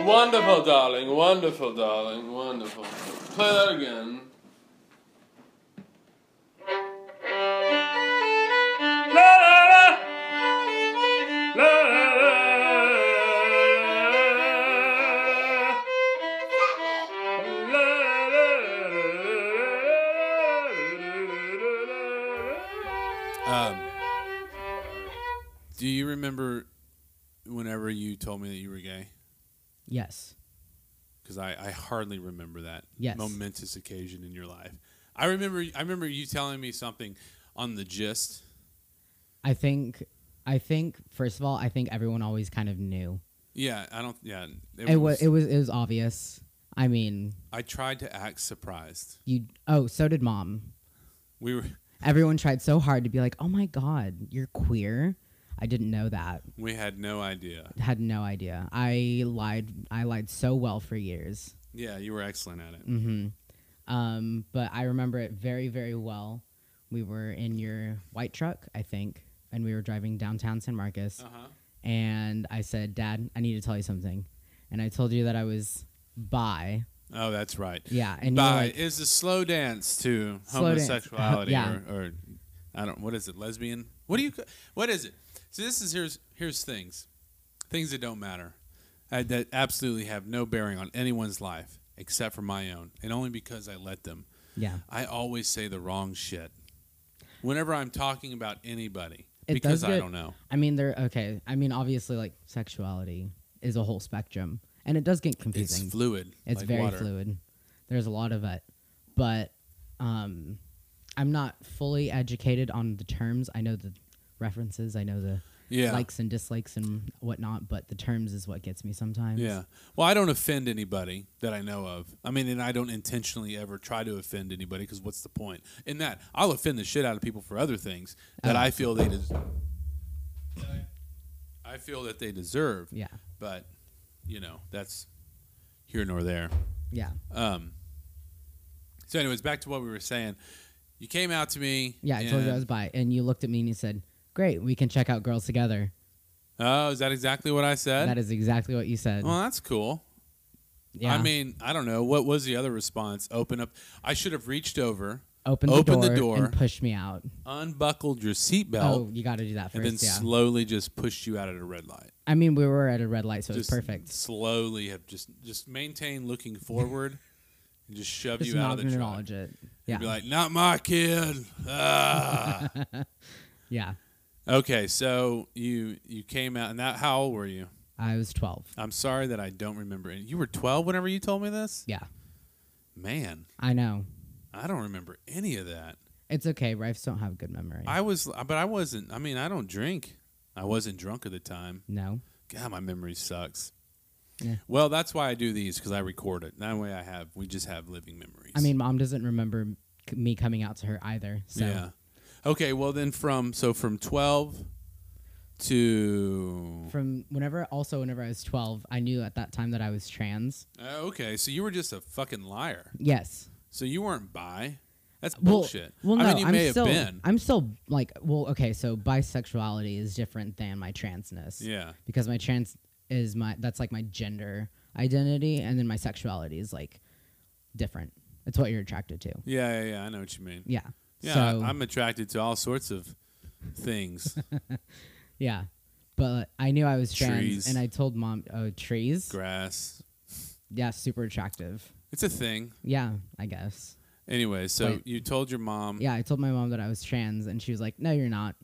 Wonderful, darling. Wonderful, darling. Wonderful. Play that again. La la la. La la la. La, la, la, la, la, la, la, la, la, la, la. Um, do you remember whenever you told me that you were gay? Yes. Because I, I hardly remember that Yes. momentous occasion in your life. I remember I remember you telling me something on the gist. I think I think first of all, I think everyone always kind of knew. Yeah, I don't. Yeah, It, was, it was it was obvious. I mean, I tried to act surprised. you oh, so did mom. We were Everyone tried so hard to be like, "Oh my god, you're queer." I didn't know that. we had no idea. Had no idea. I lied I lied so well for years. Yeah, you were excellent at it. Mhm. Um, but I remember it very very well. We were in your white truck, I think, and we were driving downtown San Marcos. Uh huh. and I said, "Dad, I need to tell you something." And I told you that I was bi. Oh, that's right. Yeah, and you were Bi like, is a slow dance to Slow dance. homosexuality Yeah. or, or I don't what is it lesbian? What do you ca- what is it? So this is here's here's things, things that don't matter, uh, that absolutely have no bearing on anyone's life except for my own, and only because I let them. "Yeah, I always say the wrong shit whenever I'm talking about anybody It because does I get- don't know. I mean, they're okay. I mean, obviously, like sexuality is a whole spectrum, and it does get It's confusing. fluid. It's like very water. fluid. There's a lot of it, but um, I'm not fully educated on the terms. I know the references. I know the Yeah. likes and dislikes and whatnot, but the terms is what gets me sometimes. Yeah. Well, I don't offend anybody that I know of. I mean, and I don't intentionally ever try to offend anybody because what's the point in that? I'll offend the shit out of people for other things that I feel they des- I feel that they deserve. yeah, But you know, that's here nor there. yeah, Um. So, anyways, back to what we were saying. You came out to me. yeah. I told you I and- was bi, and you looked at me and you said, "Great, we can check out girls together." Oh, is that exactly what I said? That is exactly what you said. well, that's cool. yeah. I mean, I don't know. What was the other response? Open up. I should have reached over, open the, open door, the door. and push me out. unbuckled your seatbelt, Oh, you got to do that and then first. Yeah. slowly just pushed you out at a red light. I mean, we were at a red light, so it's Just perfect. Slowly have just just maintain looking forward and just shove Just you out not of the gonna truck. acknowledge it. You'd Yeah. Be like, not my kid. Ah. yeah. okay, so you you came out, and that how old were you? I was 12. I'm sorry that I don't remember. And You were 12 whenever you told me this. Yeah. Man, I know. I don't remember any of that. It's okay. Rifes don't have good memory. I was, but I wasn't. I mean, I don't drink. I wasn't drunk at the time. no. God, my memory sucks. Yeah. Well, that's why I do these because I record it. That way, I have we just have living memories. I mean, mom doesn't remember c- me coming out to her either. So yeah. Okay, well then from so from twelve to from whenever, also whenever I was 12, I knew at that time that I was trans. Oh, okay, so you were just a fucking liar. Yes. So you weren't bi. That's Well- bullshit. Well, I no, mean, you am may still, have been. I'm still like, well, okay, so bisexuality is different than my transness. yeah. because my trans is my that's like my gender identity and then my sexuality is like different it's what you're attracted to Yeah, yeah, yeah. I know what you mean. yeah Yeah, so I, I'm attracted to all sorts of things. yeah but i knew i was trans Trees. and i told mom oh trees Grass. yeah super attractive It's a thing. yeah i guess Anyway, so Wait. you told your mom. yeah i told my mom that i was trans and she was like no you're not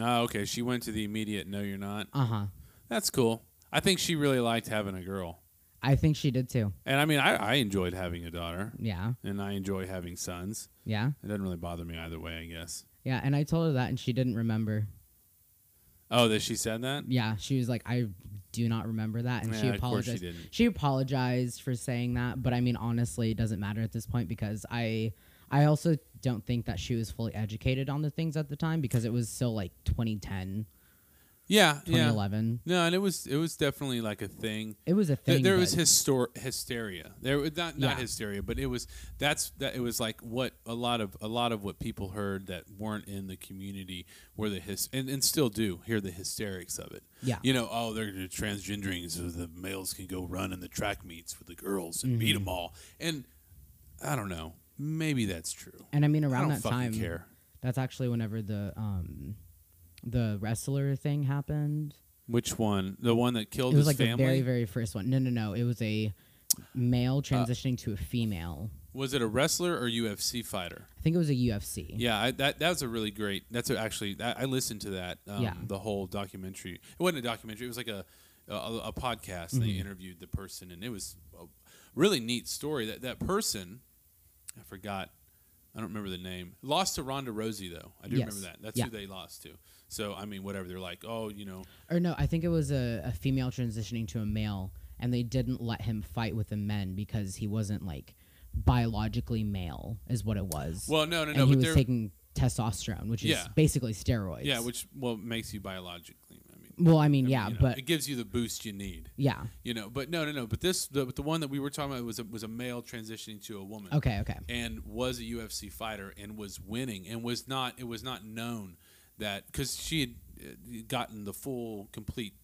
Oh, okay. She went to the immediate no, you're not. uh-huh That's cool. I think she really liked having a girl. i think she did too And I mean, I, I enjoyed having a daughter yeah and I enjoy having sons. yeah It doesn't really bother me either way, I guess. yeah and i told her that and she didn't remember Oh, that she said that? yeah she was like i do not remember that and she Yeah, of course she apologized didn't. she apologized for saying that but i mean honestly it doesn't matter at this point because i i also don't think that she was fully educated on the things at the time because it was still like 2010 Yeah, yeah. 2011. No, and it was it was definitely like a thing. It was a Th- thing. there was but- hyster- hysteria. There was not not Yeah. hysteria, but it was that's that it was like what a lot of a lot of what people heard that weren't in the community were the his and, and still do hear the hysterics of it. Yeah. you know, oh, they're transgendering, so the males can go run in the track meets with the girls and beat 'em beat Mm-hmm. them all. And I don't know, maybe that's true. and I mean, I around don't that fucking time, care. that's actually whenever the um, the wrestler thing happened. Which one? The one that killed it was Oh, his like family? Uh, the very, very first one. No, no, no. It was a male transitioning to a female. was it a wrestler or UFC fighter? I think it was a UFC. Yeah, I, that that was a really great. That's a, actually that, I listened to that. Um, Yeah. the whole documentary. It wasn't a documentary. It was like a a, a podcast. They Mm-hmm. interviewed the person, and it was a really neat story. That that person, I forgot. I don't remember the name. Lost to Ronda Rousey though. I do Yes. remember that. That's Yeah. who they lost to. So I mean, whatever. They're like, oh, you know, Or no, I think it was a, a female transitioning to a male, and they didn't let him fight with the men because he wasn't like biologically male, is what it was. well, no, no, and no. he but was they're taking testosterone, which is Yeah. basically steroids. yeah, which well makes you biologically. I mean, well, I mean, I mean, yeah, you know, but it gives you the boost you need. yeah, You know, but no, no, no. But this, the, but the one that we were talking about was a, was a male transitioning to a woman. okay, okay, and was a UFC fighter and was winning and was not it was not known that because she had uh, gotten the full complete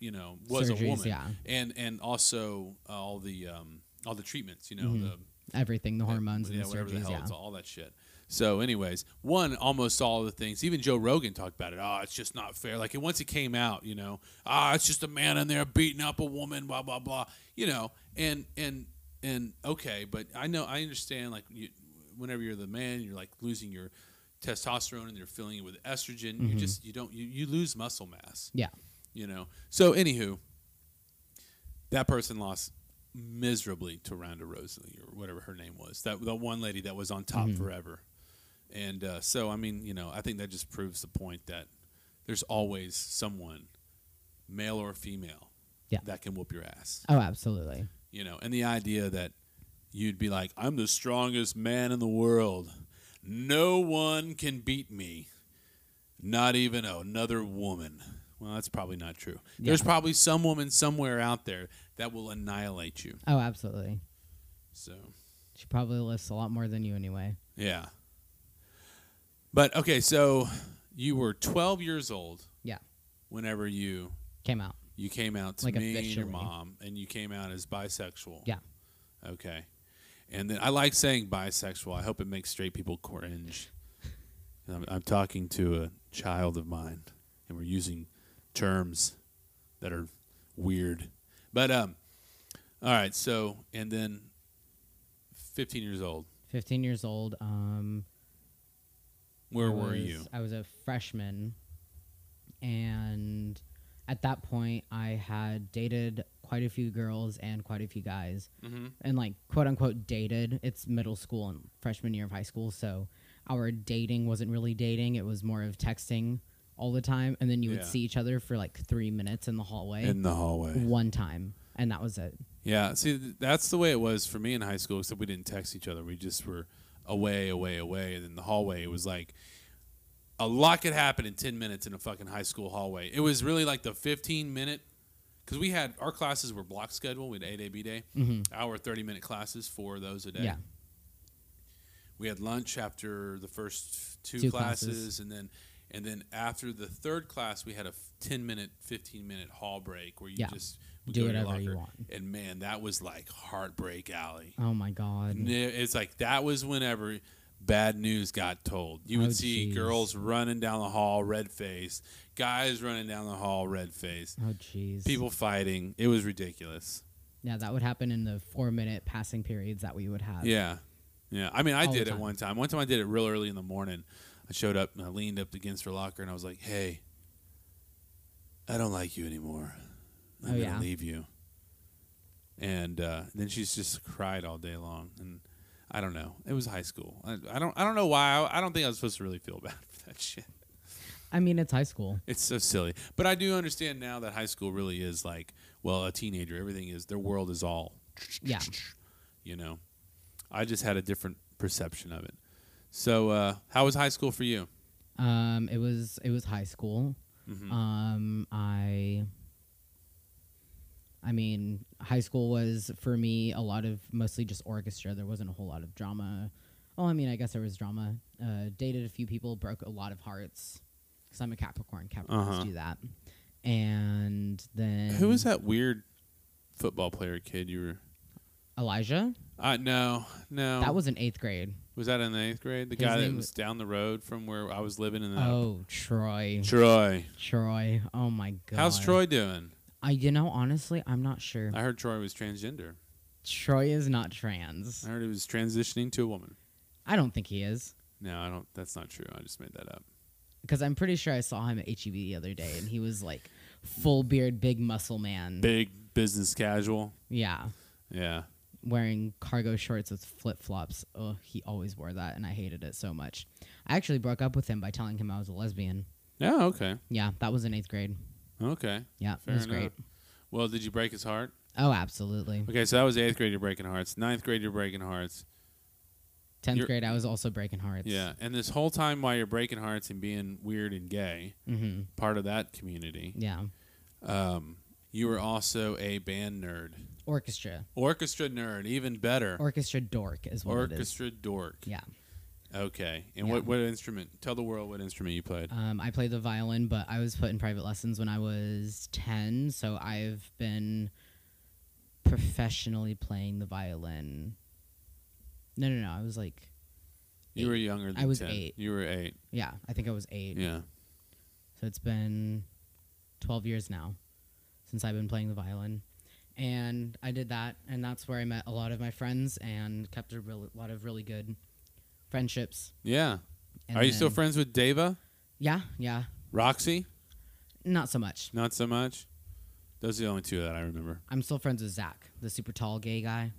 you know was a Surgeries, woman yeah. and and also uh, all the um, all the treatments you know Mhm. the everything, the hormones yeah, and the whatever the surgeries, hell yeah, it's all, all that shit so anyways one almost all the things even Joe Rogan talked about it oh it's just not fair like and once it came out you know ah it's just a man in there beating up a woman blah blah blah you know and and and okay but I know I understand like you, whenever you're the man, you're like losing your testosterone and you're filling it with estrogen. You just you don't you, you lose muscle mass. Mm-hmm. Yeah. You know. So anywho, that person lost miserably to Ronda Rousey or whatever her name was. That the one lady that was on top forever. And uh, so I mean, you know, I think that just proves the point that there's always someone, male or female, Yeah. that can whoop your ass oh, absolutely, you know, and the idea that you'd be like, I'm the strongest man in the world. No one can beat me, not even another woman. Well, that's probably not true. There's probably some woman somewhere out there that will annihilate you. oh, absolutely. So, She probably lifts a lot more than you anyway. yeah. But okay, so you were 12 years old. Yeah. Whenever you Came out. you came out to Like, me and your officially. mom, and you came out as bisexual. Yeah. Okay. And then I like saying bisexual. I hope it makes straight people cringe. And I'm, I'm talking to a child of mine, and we're using terms that are weird. But um, all right. So and then, 15 years old. 15 years old. Um, Where I were was- you? I was a freshman. And at that point, I had dated quite a few girls and quite a few guys. Mm-hmm. And, like, quote unquote, dated. It's middle school and freshman year of high school. So our dating wasn't really dating, it was more of texting all the time. And then you would Yeah. see each other for like three minutes in the hallway In the hallway. one time. And that was it. Yeah, see, th- that's the way it was for me in high school. Except we didn't text each other; we just were away, away, away. And in the hallway, it was like a lot could happen in ten minutes in a fucking high school hallway. It was really like the fifteen minute because we had our classes were block schedule. We had A day, B day, Mhm. hour thirty minute classes, four of those a day. Yeah. We had lunch after the first two, Two classes, classes. and then and then after the third class, we had a f- ten minute, fifteen minute hall break where you Yeah. just would Do go to your whatever you locker. want. And man, that was like heartbreak alley. Oh my God. And it- It's like that was whenever bad news got told. You would Oh, see jeez. girls running down the hall, red faced, guys running down the hall, red faced, Oh, jeez. people fighting. It was ridiculous. Yeah, that would happen in the four minute passing periods that we would have. Yeah. Yeah. I mean, I All the did it time. one time. One time I did it real early in the morning. I showed up and I leaned up against her locker and I was like, hey, I don't like you anymore. I'm Oh, going to yeah. leave you. And uh, then she's just cried all day long. And I don't know. It was high school. I, I don't I don't know why. I, I don't think I was supposed to really feel bad for that shit. I mean, it's high school. It's so silly. But I do understand now that high school really is like, well, a teenager, everything is, their world is all, Yeah. you know. I just had a different perception of it. So, uh, how was high school for you? Um, it was it was high school. Mm. Mm-hmm. Um, I. I mean, high school was for me a lot of mostly just orchestra. There wasn't a whole lot of drama. Oh, I mean, I guess there was drama. Uh, dated a few people, broke a lot of hearts because I'm a Capricorn. Capricorns Uh-huh. do that. And then Who was that weird football player kid you were? Elijah. Uh, no, no. That was in eighth grade. was that in the eighth grade? The His guy that name was wa- down the road from where I was living in. Oh, Troy. Uh. Troy. Troy. Oh my god. How's Troy doing? I you know honestly, I'm not sure. I heard Troy was transgender. Troy is not trans. I heard he was transitioning to a woman. I don't think he is No, I don't. That's not true. I just made that up. because I'm pretty sure I saw him at HEB the other day and he was like full beard, big muscle man. Big business casual. Yeah. Yeah. Wearing cargo shorts with flip flops. Oh, he always wore that, and I hated it so much. I actually broke up with him by telling him I was a lesbian. Yeah. Oh, Okay. Yeah, that was in eighth grade. Okay. Yeah, Fair it was enough. great. Well, did you break his heart? Oh, absolutely. Okay, so that was eighth grade. You're breaking hearts. Ninth grade, you're breaking hearts. 10th You're- grade, I was also breaking hearts. Yeah, and this whole time while you're breaking hearts and being weird and gay, Mm-hmm. part of that community, Yeah. um, you were also a band nerd, Orchestra. orchestra nerd, even better, Orchestra dork is what it is. orchestra dork. Yeah. Okay, and Yeah. what what instrument? Tell the world what instrument you played. Um, I played the violin, but I was put in private lessons when I was 10, so I've been professionally playing the violin. No, no, no. I was like, you were younger than was 10. eight. You were eight. yeah, I think I was eight. Yeah. So it's been 12 years now since I've been playing the violin. And I did that, and that's where I met a lot of my friends and kept a real, lot of really good friendships. Yeah. And Are you still then- friends with Deva? Yeah, yeah. Roxy? Not so much. Not so much. Those are the only two that I remember. I'm still friends with Zach, the super tall gay guy.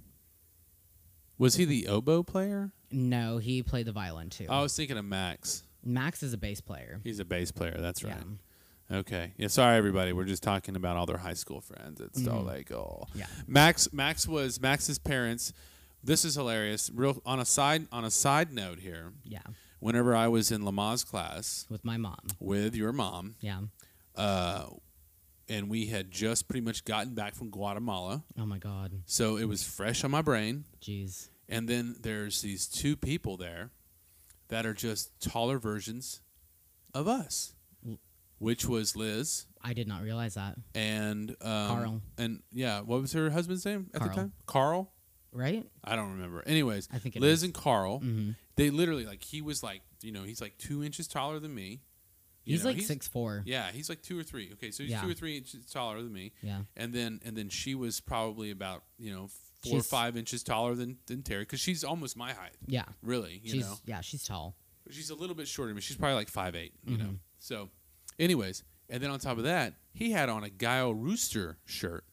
Was he the oboe player? No, he played the violin too. I was thinking of Max. Max is a bass player. He's a bass player. That's right. Yeah. Okay. Yeah. Sorry, everybody. We're just talking about all their high school friends. It's all Mhm. like, oh, Yeah. Max. Max was Max's parents. This is hilarious. Real on a side on a side note here. Yeah. Whenever I was in Lama's class With my mom. with your mom, Yeah. uh, and we had just pretty much gotten back from Guatemala, Oh my god. so it was fresh on my brain. Jeez. And then there's these two people there that are just taller versions of us, Mm. which was Liz I did not realize that. and um, Carl. And yeah, what was her husband's name at Carl. the time? Carl. Right? I don't remember. Anyways, I think it Liz is. and Carl, Mhm. they literally like he was like you know he's like two inches taller than me. You He's know, like six four. Yeah. Yeah, he's like two or three. Okay, so he's Yeah. two or three inches taller than me. and then and then she was probably about you know four or She's- five inches taller than than Terry because she's almost my height, Yeah. really. You She's know, yeah, she's tall. she's a little bit shorter, than me. she's probably like five eight. You know, Mm-hmm. so anyways, and then on top of that, he had on a Guile Rooster shirt,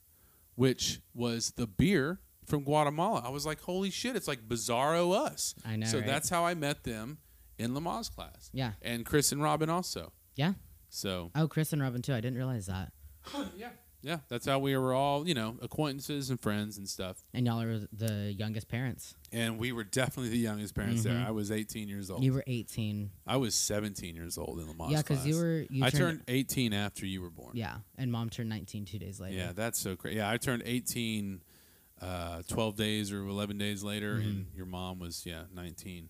which was the beer from Guatemala. I was like, holy shit, it's like Bizarro us. I know, So right? that's how I met them in Lama's class. Yeah. and Chris and Robin also. Yeah. So Oh, Chris and Robin too. I didn't realize that. Uh, yeah. Yeah, that's how we were all, you know, acquaintances and friends and stuff. And y'all are the youngest parents. and we were definitely the youngest parents there. Mhm. I was 18 years old. You were eighteen. I was 17 years old in the Moss yeah, because you class. were you I turned 18 after you were born. Yeah. And mom turned nineteen two days later. yeah, that's so crazy. Yeah, I turned 18, uh, 12 days or 11 days later, and Mm-hmm. your mom was yeah 19.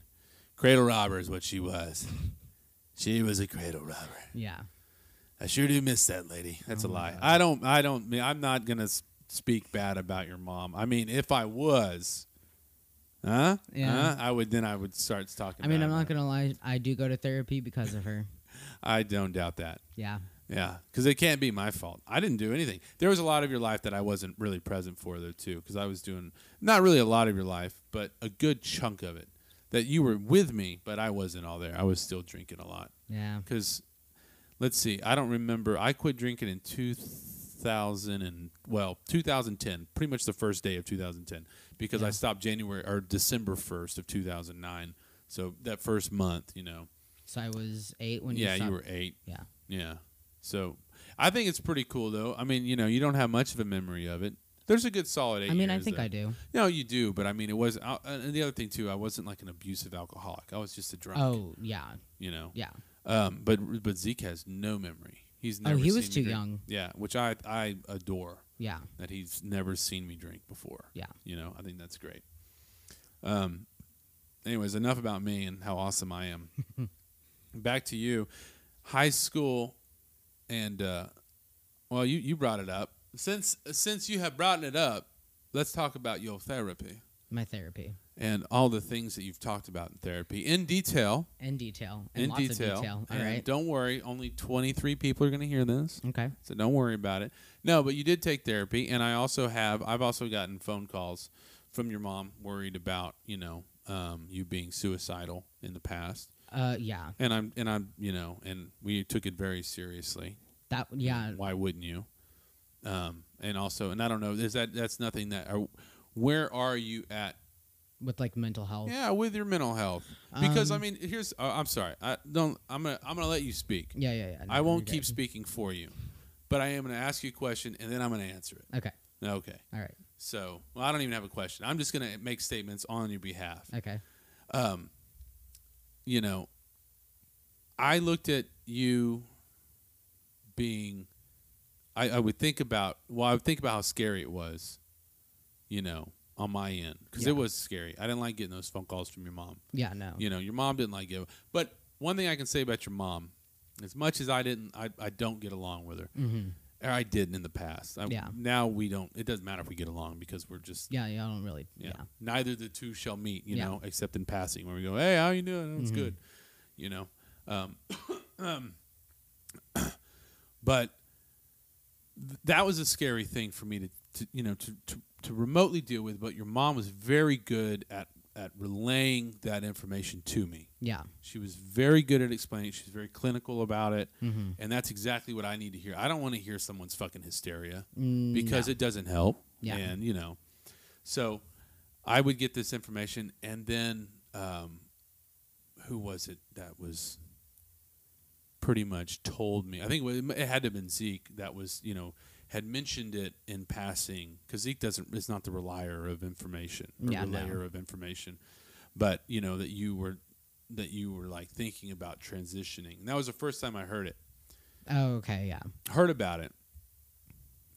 Cradle robber is what she was. she was a cradle robber. Yeah. I sure do miss that lady. That's Oh a my lie. God. I don't. I don't. I'm not gonna s- speak bad about your mom. I mean, if I was, huh? Huh? Yeah. I would. Then I would start talking. I mean, bad I'm about not gonna lie, I do go to therapy because of her. I don't doubt that. Yeah. Yeah, because it can't be my fault. I didn't do anything. There was a lot of your life that I wasn't really present for, though, too, because I was doing not really a lot of your life, but a good chunk of it that you were with me, but I wasn't all there. I was still drinking a lot. Yeah. Because let's see, I don't remember. I quit drinking in 2000 and well, 2010, pretty much the first day of 2010, because I Yeah. stopped January or December 1st of 2009. So that first month, you know. So I was eight when yeah, you you stopped- were eight. Yeah. Yeah. So I think it's pretty cool though. I mean, you know, you don't have much of a memory of it. There's a good solid eight. I mean, I years think there. I do. No, you do, but I mean, it was. Uh, and the other thing too, I wasn't like an abusive alcoholic. I was just a drunk. Oh yeah, you know. yeah. Um, but but Zeke has no memory. He's Oh, never he was seen me too drink. young. Yeah, which I I adore Yeah. that he's never seen me drink before. Yeah. You know, I think that's great. Um anyways, enough about me and how awesome I am. Back to you. High school and uh well, you you brought it up. Since since you have brought it up, let's talk about your therapy My therapy and all the things that you've talked about in therapy in detail. in detail. In, in lots detail. of detail. All And right. Don't worry, only 23 people are going to hear this. Okay. So don't worry about it. No, but you did take therapy, and I also have. I've also gotten phone calls from your mom worried about you know um, you being suicidal in the past, Uh, yeah. and I'm and I'm you know, and we took it very seriously. That. Yeah. Why wouldn't you? Um, and also, and I don't know. Is that that's nothing that? Are, where are you at? With like mental health. Yeah, with your mental health, because I Um, mean, here's. Uh, I'm sorry. I don't. I'm gonna. I'm gonna let you speak. Yeah. Yeah. yeah. No, I won't you're keep good. speaking for you, but I am going to ask you a question and then I'm going to answer it. Okay. Okay. All right. So, well, I don't even have a question. I'm just going to make statements on your behalf. Okay. Um, you know, I looked at you being, I, I would think about, well, I would think about how scary it was, you know, on my end, because Yeah. it Oh. was scary. I didn't like getting those phone calls from your mom Yeah. No. you know your mom didn't like it but one thing i can say about your mom as much as i didn't i, I don't get along with her Mm-hmm. or i didn't in the past I, Yeah. now we don't it doesn't matter if we get along because we're just Yeah. Yeah. I don't really. yeah, Yeah. neither the two shall meet you Yeah. know except in passing where we go hey how you doing oh, it's Mhm. good you know um, um, but th- that was a scary thing for me to, to you know to, to, to remotely deal with but your mom was very good at at relaying that information to me Yeah. she was very good at explaining. it. She was very clinical about it, Mm-hmm. and that's exactly what I need to hear. I don't want to hear someone's fucking hysteria Mm, because no. it doesn't help. Yeah. and you know, so I would get this information, and then um, who was it that was pretty much told me? I think it wa- it had to have been Zeke that was you know had mentioned it in passing because Zeke doesn't is not the relier of information, or Yeah, no. relayer of information, but you know that you were that you were like thinking about transitioning. And that was the first time I heard it oh, okay. Yeah. heard about it,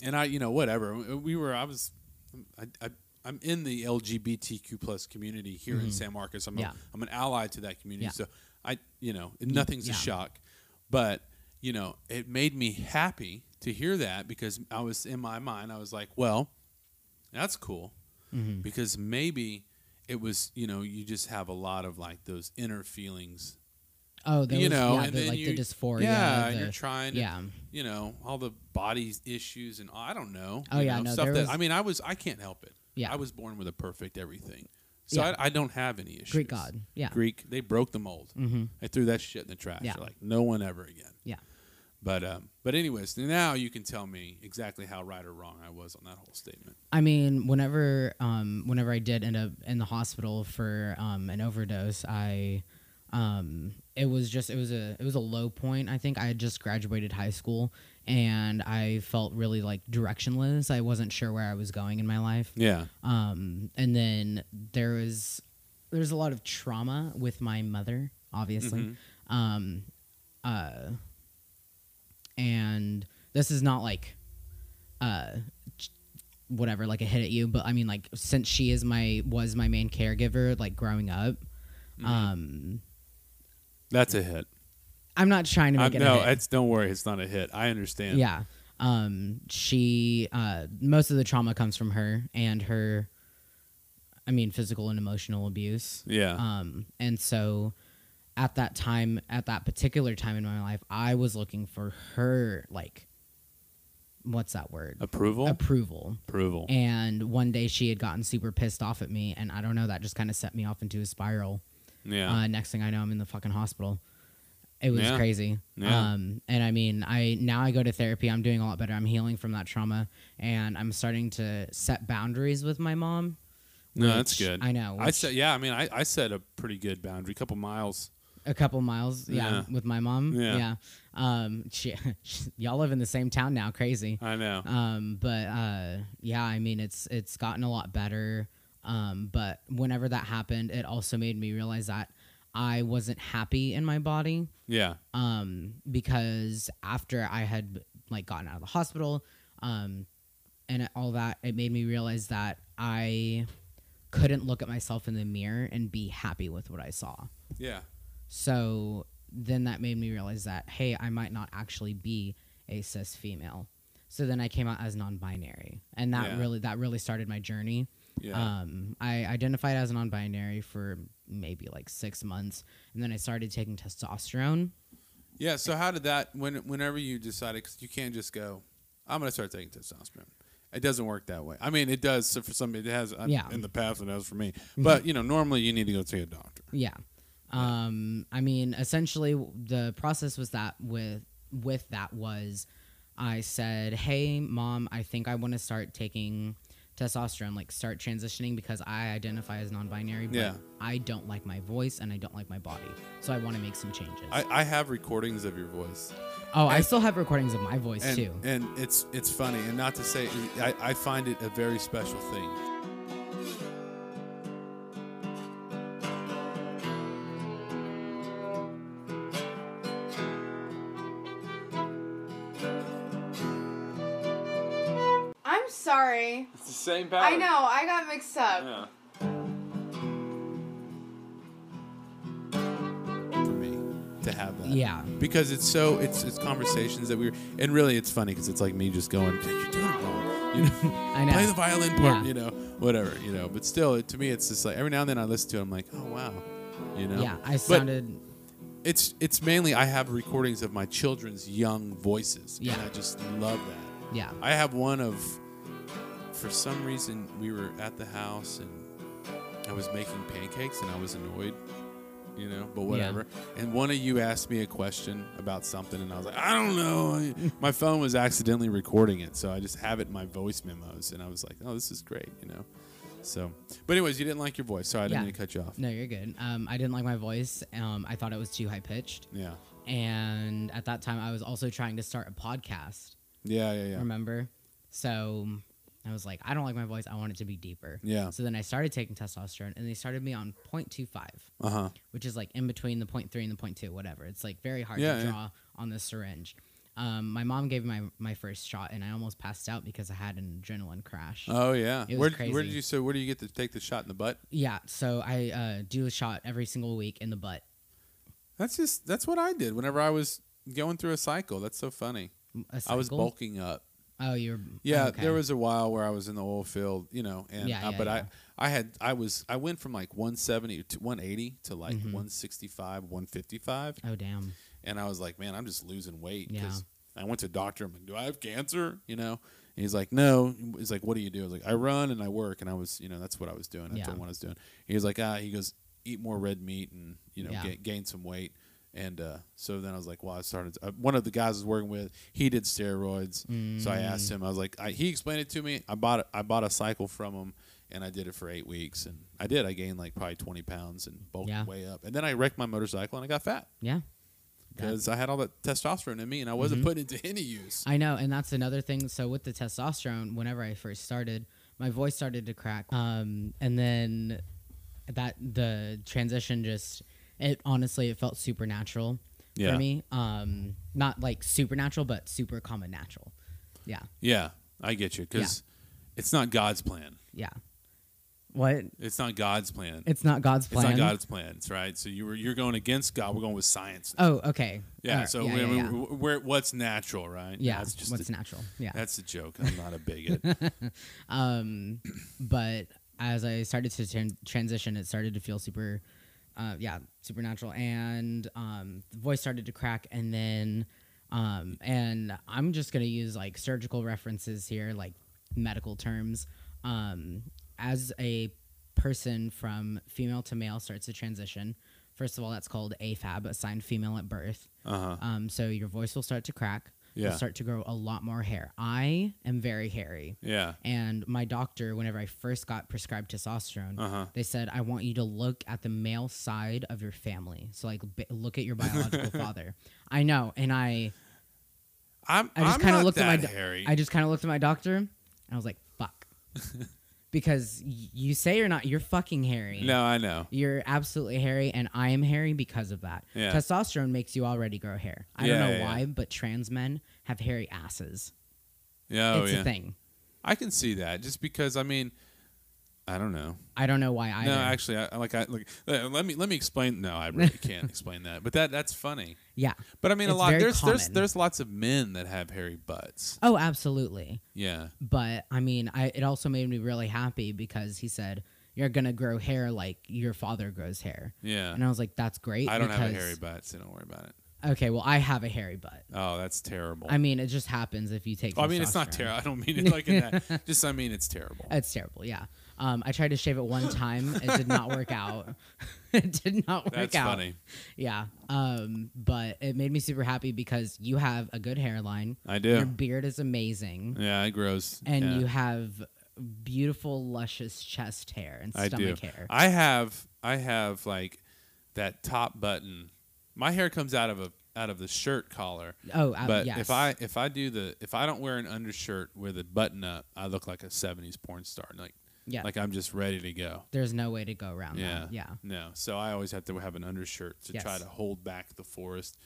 and I, you know, whatever. We were, I was, I, I I'm in the LGBTQ plus community here in Mhm. San Marcos. I'm, Yeah. a, I'm an ally to that community, Yeah. so I, you know, nothing's a yeah. shock, but you know, it made me happy to hear that because I was in my mind, I was like, well, that's cool Mm-hmm. because maybe it was, you know, you just have a lot of like those inner feelings. Oh, there you was, know, yeah, and the, then like you- the dysphoria. yeah, and the- you're trying to yeah. you know, all the body issues and I don't know. Oh, you yeah, know, no, stuff there that was- I mean, I was I can't help it. Yeah. I was born with a perfect everything, so Yeah. I, I don't have any issues. Greek God. Yeah. Greek. They broke the mold. Mm-hmm. They threw that shit in the trash. Yeah. They're Like no one ever again. Yeah. But um, but anyways, now you can tell me exactly how right or wrong I was on that whole statement. I mean, whenever um, whenever I did end up in the hospital for um, an overdose, I um, it was just it was a it was a low point. I think I had just graduated high school and I felt really like directionless. I wasn't sure where I was going in my life. Yeah. Um, and then there was there's a lot of trauma with my mother, obviously. Mm-hmm. Um, uh, and this is not like uh ch- whatever like a hit at you but i mean like since she is my was my main caregiver like growing up um That's a hit. i'm not trying to I'm, make it a Uh, no, hit. it's don't worry, it's not a hit. I understand. Yeah. Um, she, uh, most of the trauma comes from her and her, I mean, physical and emotional abuse. Yeah. Um, and so at that time, at that particular time in my life, I was looking for her, like, what's that word? Approval. Approval. Approval. And one day she had gotten super pissed off at me. And I don't know, that just kind of set me off into a spiral. yeah. Uh, next thing I know, I'm in the fucking hospital. It was Yeah. crazy. Yeah. Um, and I mean, I now I go to therapy. I'm doing a lot better. I'm healing from that trauma, and I'm starting to set boundaries with my mom. no, that's which good. I know. I which- said, yeah. I mean, I, I set a pretty good boundary, a couple miles. a couple miles. Yeah, Yeah. with my mom. Yeah. Um, she, y'all live in the same town now. Crazy. I know. Um, but uh, yeah, I mean, it's it's gotten a lot better. Um, but whenever that happened, it also made me realize that I wasn't happy in my body Yeah. um, because after I had like gotten out of the hospital um, and all that, it made me realize that I couldn't look at myself in the mirror and be happy with what I saw. Yeah. So then that made me realize that, hey, I might not actually be a cis female. So then I came out as non-binary, and that Yeah. really that really started my journey. Yeah. Um, I identified as non-binary for maybe like six months, and then I started taking testosterone. yeah. So how did that? When whenever you decided, because you can't just go, I'm going to start taking testosterone. It doesn't work that way. I mean, it does so for somebody. It has I'm- Yeah. in the past. It has for me. But you know, normally you need to go see a doctor. Yeah. Um, I mean, essentially, w- the process was that with with that was, I said, "Hey, mom, I think I want to start taking testosterone, like start transitioning because I identify as non-binary, but Yeah. I don't like my voice and I don't like my body, so I want to make some changes." I, I have recordings of your voice. oh, I still have recordings of my voice and, too. And it's it's funny, and not to say, I, I find it a very special thing. I'm sorry. It's the same I pattern. know, I got mixed up. Yeah. for me to have that. Yeah. Because it's so it's it's conversations that we were, and really it's funny because it's like me just going, "Dude, you're doing it wrong. You know, I know. play the violin part, Yeah. you know, whatever, you know. But still, it, to me, it's just like every now and then I listen to it, I'm like, oh wow, you know. Yeah, I But sounded. it's it's mainly I have recordings of my children's young voices, Yeah. and I just love that. yeah. I have one of, for some reason, we were at the house and I was making pancakes and I was annoyed, you know, but whatever. And one of you asked me a question about something and I was like, I don't know. my phone was accidentally recording it, so I just have it in my voice memos. And I was like, oh, this is great, you know. So, but anyways, you didn't like your voice. Sorry, I didn't Yeah. mean to cut you off. No, you're good. Um, I didn't like my voice. Um, I thought it was too high pitched. Yeah. and at that time I was also trying to start a podcast. Yeah, yeah, yeah. Remember? So I was like, I don't like my voice. I want it to be deeper. Yeah. So then I started taking testosterone, and they started me on 0.25, Uh huh. which is like in between the 0.3 and the 0.2, whatever. It's like very hard Yeah, to yeah. draw on the syringe. Um, my mom gave me my my first shot, and I almost passed out because I had an adrenaline crash. Oh yeah. It was Where where crazy. did you so where do you get to take the shot in the butt? yeah. So I uh, do a shot every single week in the butt. That's just that's what I did whenever I was going through a cycle. That's so funny. A I was cycle? bulking up. Oh, you're Yeah, okay. there was a while where I was in the oil field, you know, and Yeah, uh, yeah, but yeah. I I had I was I went from like 170 to 180 to like Mm-hmm. 165, 155 Oh damn. and I was like, man, I'm just losing weight Yeah. because I went to a doctor. I'm like, do I have cancer? You know, and he's like, no. He's like, what do you do? I was like, I run and I work, and I was, you know, that's what I was doing. I Yeah. told him what I was doing. He was like, ah, he goes, eat more red meat and you know, Yeah. ga- gain some weight. And uh, so then I was like, well, I started. Uh, one of the guys I was working with, he did steroids, so I asked Mm. him. I was like, I, he explained it to me. I bought a, I bought a cycle from him, and I did it for eight weeks, and I did. I gained like probably twenty pounds and bulked Yeah. way up, and then I wrecked my motorcycle and I got fat Mm, Yeah. That- because I had all that testosterone in me and I wasn't putting it to any use. I know, and that's another thing. So with the testosterone, whenever I first started, my voice started to crack, um, and then that the transition just it honestly it felt supernatural Yeah. for me. Um, not like supernatural, but super common natural. Yeah, yeah, I get you because it's not God's plan. yeah. What? It's not God's plan. It's not God's It's not plan. God's plans, right? So you were you're going against God. We're going with science. now. Oh, okay. yeah. Alright, so yeah, we- yeah, we- yeah. we're, what's natural, right? Yeah, That's just what's a, natural. Yeah. That's a joke. I'm not a bigot. um, but as I started to tran- transition, it started to feel super, uh, yeah, supernatural, and um, the voice started to crack, and then, um, and I'm just gonna use like surgical references here, like medical terms. Um, as a person from female to male starts to transition, first of all, that's called AFAB, assigned female at birth. Uh huh. Um, so your voice will start to crack. Yeah. You'll start to grow a lot more hair. I am very hairy. Yeah. And my doctor, whenever I first got prescribed testosterone, Uh-huh. they said, I want you to look at the male side of your family. So, like, b- look at your biological father. I know. And I, I'm. I just I'm kind of not looked at my that do- hairy. I just kind of looked at my doctor and I was like, fuck. because y- you say you're not. You're fucking hairy. No, I know. You're absolutely hairy, and I am hairy because of that. Yeah. Testosterone makes you already grow hair. I Yeah, don't know yeah, why, but trans men have hairy asses. Yeah, oh, it's yeah. a thing. I can see that just because I mean, I don't know. I don't know why either. No, actually, I I like I like. uh, Let me let me explain. No, I really can't explain that. But that that's funny. yeah. But I mean, a It's lot very there's there's common. there's lots of men that have hairy butts. Oh, absolutely. Yeah, But I mean, I it also made me really happy because he said you're gonna grow hair like your father grows hair, yeah. and I was like, that's great. I don't because, have a hairy butt, so don't worry about it. Okay, well, I have a hairy butt. Oh, that's terrible. I mean, it just happens if you take. Oh, I mean, it's not testosterone. terrible. I don't mean it like in that. Just I mean, it's terrible. It's terrible. Yeah. Um, I tried to shave it one time. It did not work out. it did not work That's out. funny. Yeah. Um, but it made me super happy because you have a good hairline. I do. Your beard is amazing, Yeah, it grows. and yeah. you have beautiful, luscious chest hair and I do. stomach hair. I have I have like that top button. My hair comes out of a out of the shirt collar. oh, ab- but yes. if I if I do the if I don't wear an undershirt with a button up, I look like a '70s porn star. Like yeah, like I'm just ready to go. there's no way to go around Yeah. that. Yeah. No. So I always have to have an undershirt to Yes. try to hold back the forest.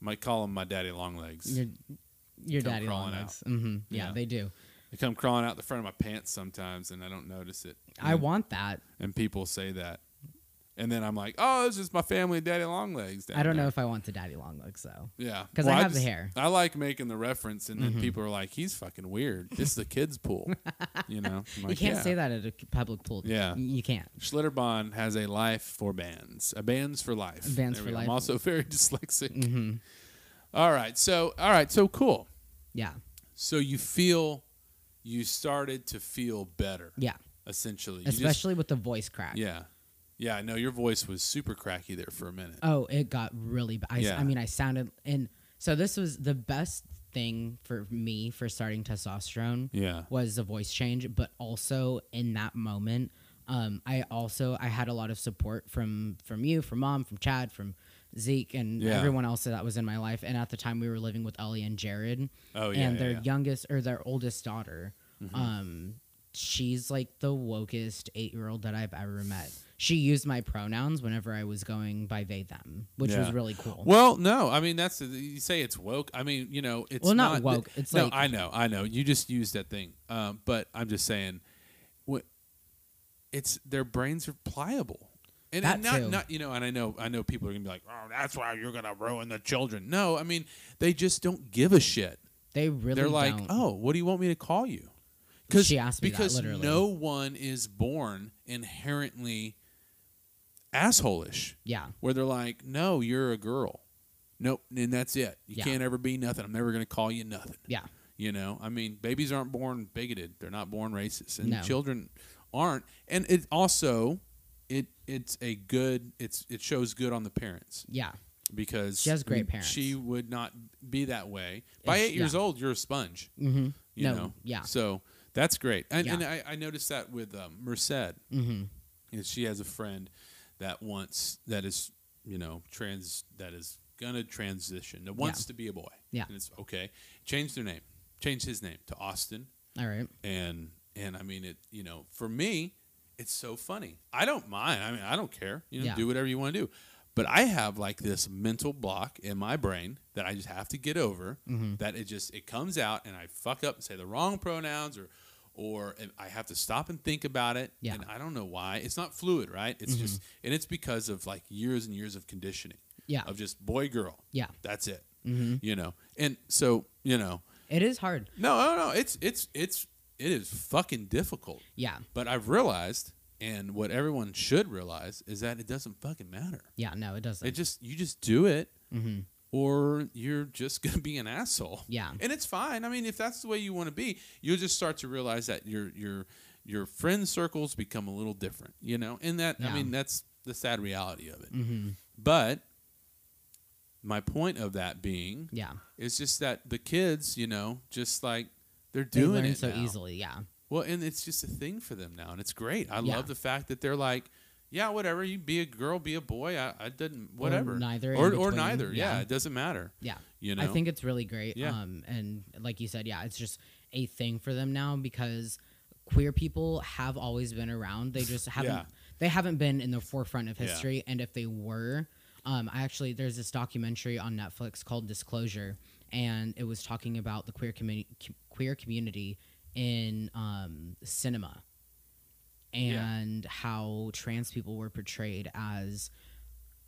Might call them my daddy long legs. Your your Come daddy long crawling out. legs. hmm Yeah, Yeah. they do. They come crawling out the front of my pants sometimes, and I don't notice it. I And- want that. and people say that, and then I'm like, oh, it's just my family, daddy long legs. down I don't know there." if I want the daddy long legs though. Yeah, 'Cause I I have the hair. I like making the reference, and then Mhm. people are like, "He's fucking weird. This is the kids' pool." you know, I'm you like, can't "Yeah." say that at a public pool. Yeah. Y- you can't. Schlitterbahn has a life for bands, a bands for life. Bands There for we go. life. I'm also very dyslexic. hmm All right, so all right, so cool. Yeah, So you feel, you started to feel better, yeah. essentially. You just- Especially with the voice crack. yeah, yeah. No, your voice was super cracky there for a minute. Oh, it got really bad. I, s- Yeah. I mean, I sounded and so this was the best thing for me for starting testosterone yeah, was the voice change, but also in that moment, um, I also I had a lot of support from from you, from mom, from Chad, from Zeke, and Yeah. everyone else that was in my life. And at the time, we were living with Ellie and Jared. oh yeah, and yeah, their yeah. Mm-hmm. youngest or their oldest daughter um she's like the wokest eight year old that i've ever met she used my pronouns whenever i was going by they them which was Yeah. really cool Well, no, I mean that's you say it's woke. I mean, you know, it's Well, not not woke. It's no, like- I know, I know. You just used that thing, um, but I'm just saying, what it's their brains are pliable, and, That and not too. not you know. And I know, I know people are gonna be like, oh, that's why you're gonna ruin the children. No, I mean they just don't give a shit. they really They're like, don't. oh, what do you want me to call you? Because She asked me that, because literally. no one is born inherently assholish yeah where they're like, "No, you're a girl. Nope, and that's it. You Yeah. can't ever be nothing. I'm never going to call you nothing." yeah You know, I mean, babies aren't born bigoted. They're not born racist, and No. children aren't. And it also, it it's a good. It's it shows good on the parents yeah because She has great parents. She would not be that way by If- eight years yeah. old. You're a sponge. mm-hmm You no know, yeah So that's great, and, Yeah. and I, I noticed that with um, Merced mm-hmm and she has a friend that wants that is you know trans that is gonna transition that wants to be a boy Yeah. and it's okay change their name change his name to austin all right and and i mean it you know for me it's so funny i don't mind i mean i don't care you know Yeah. do whatever you want to do but i have like this mental block in my brain that i just have to get over mm-hmm that it just it comes out and I fuck up and say the wrong pronouns or or I have to stop and think about it. Yeah. And I don't know why. It's not fluid, right? It's Mhm. just and it's because of like years and years of conditioning yeah of just boy girl. yeah That's it. mm-hmm You know. And so, you know, it is hard no, no, no. It's it's it's it is fucking difficult. yeah But I've realized and what everyone should realize is that it doesn't fucking matter. yeah no it doesn't It just you just do it mm-hmm or you're just gonna be an asshole. yeah And it's fine. I mean, if that's the way you want to be, you'll just start to realize that your your your friend circles become a little different, you know. And that I Yeah. mean, that's the sad reality of it. mm-hmm But my point of that being yeah is just that the kids, you know, just like they're they doing learn it so now. easily yeah Well, and it's just a thing for them now, and it's great. I Yeah. love the fact that they're like, yeah, whatever. You be a girl, be a boy. I, I didn't whatever. neither, in or or between. neither. Yeah. Yeah. it doesn't matter. yeah You know. I think it's really great. Yeah. Um, and like you said, yeah, it's just a thing for them now because queer people have always been around. They just haven't Yeah. they haven't been in the forefront of Yeah. history. And if they were, um, I actually there's this documentary on Netflix called Disclosure, and it was talking about the queer community queer community in um, cinema Yeah. and how trans people were portrayed as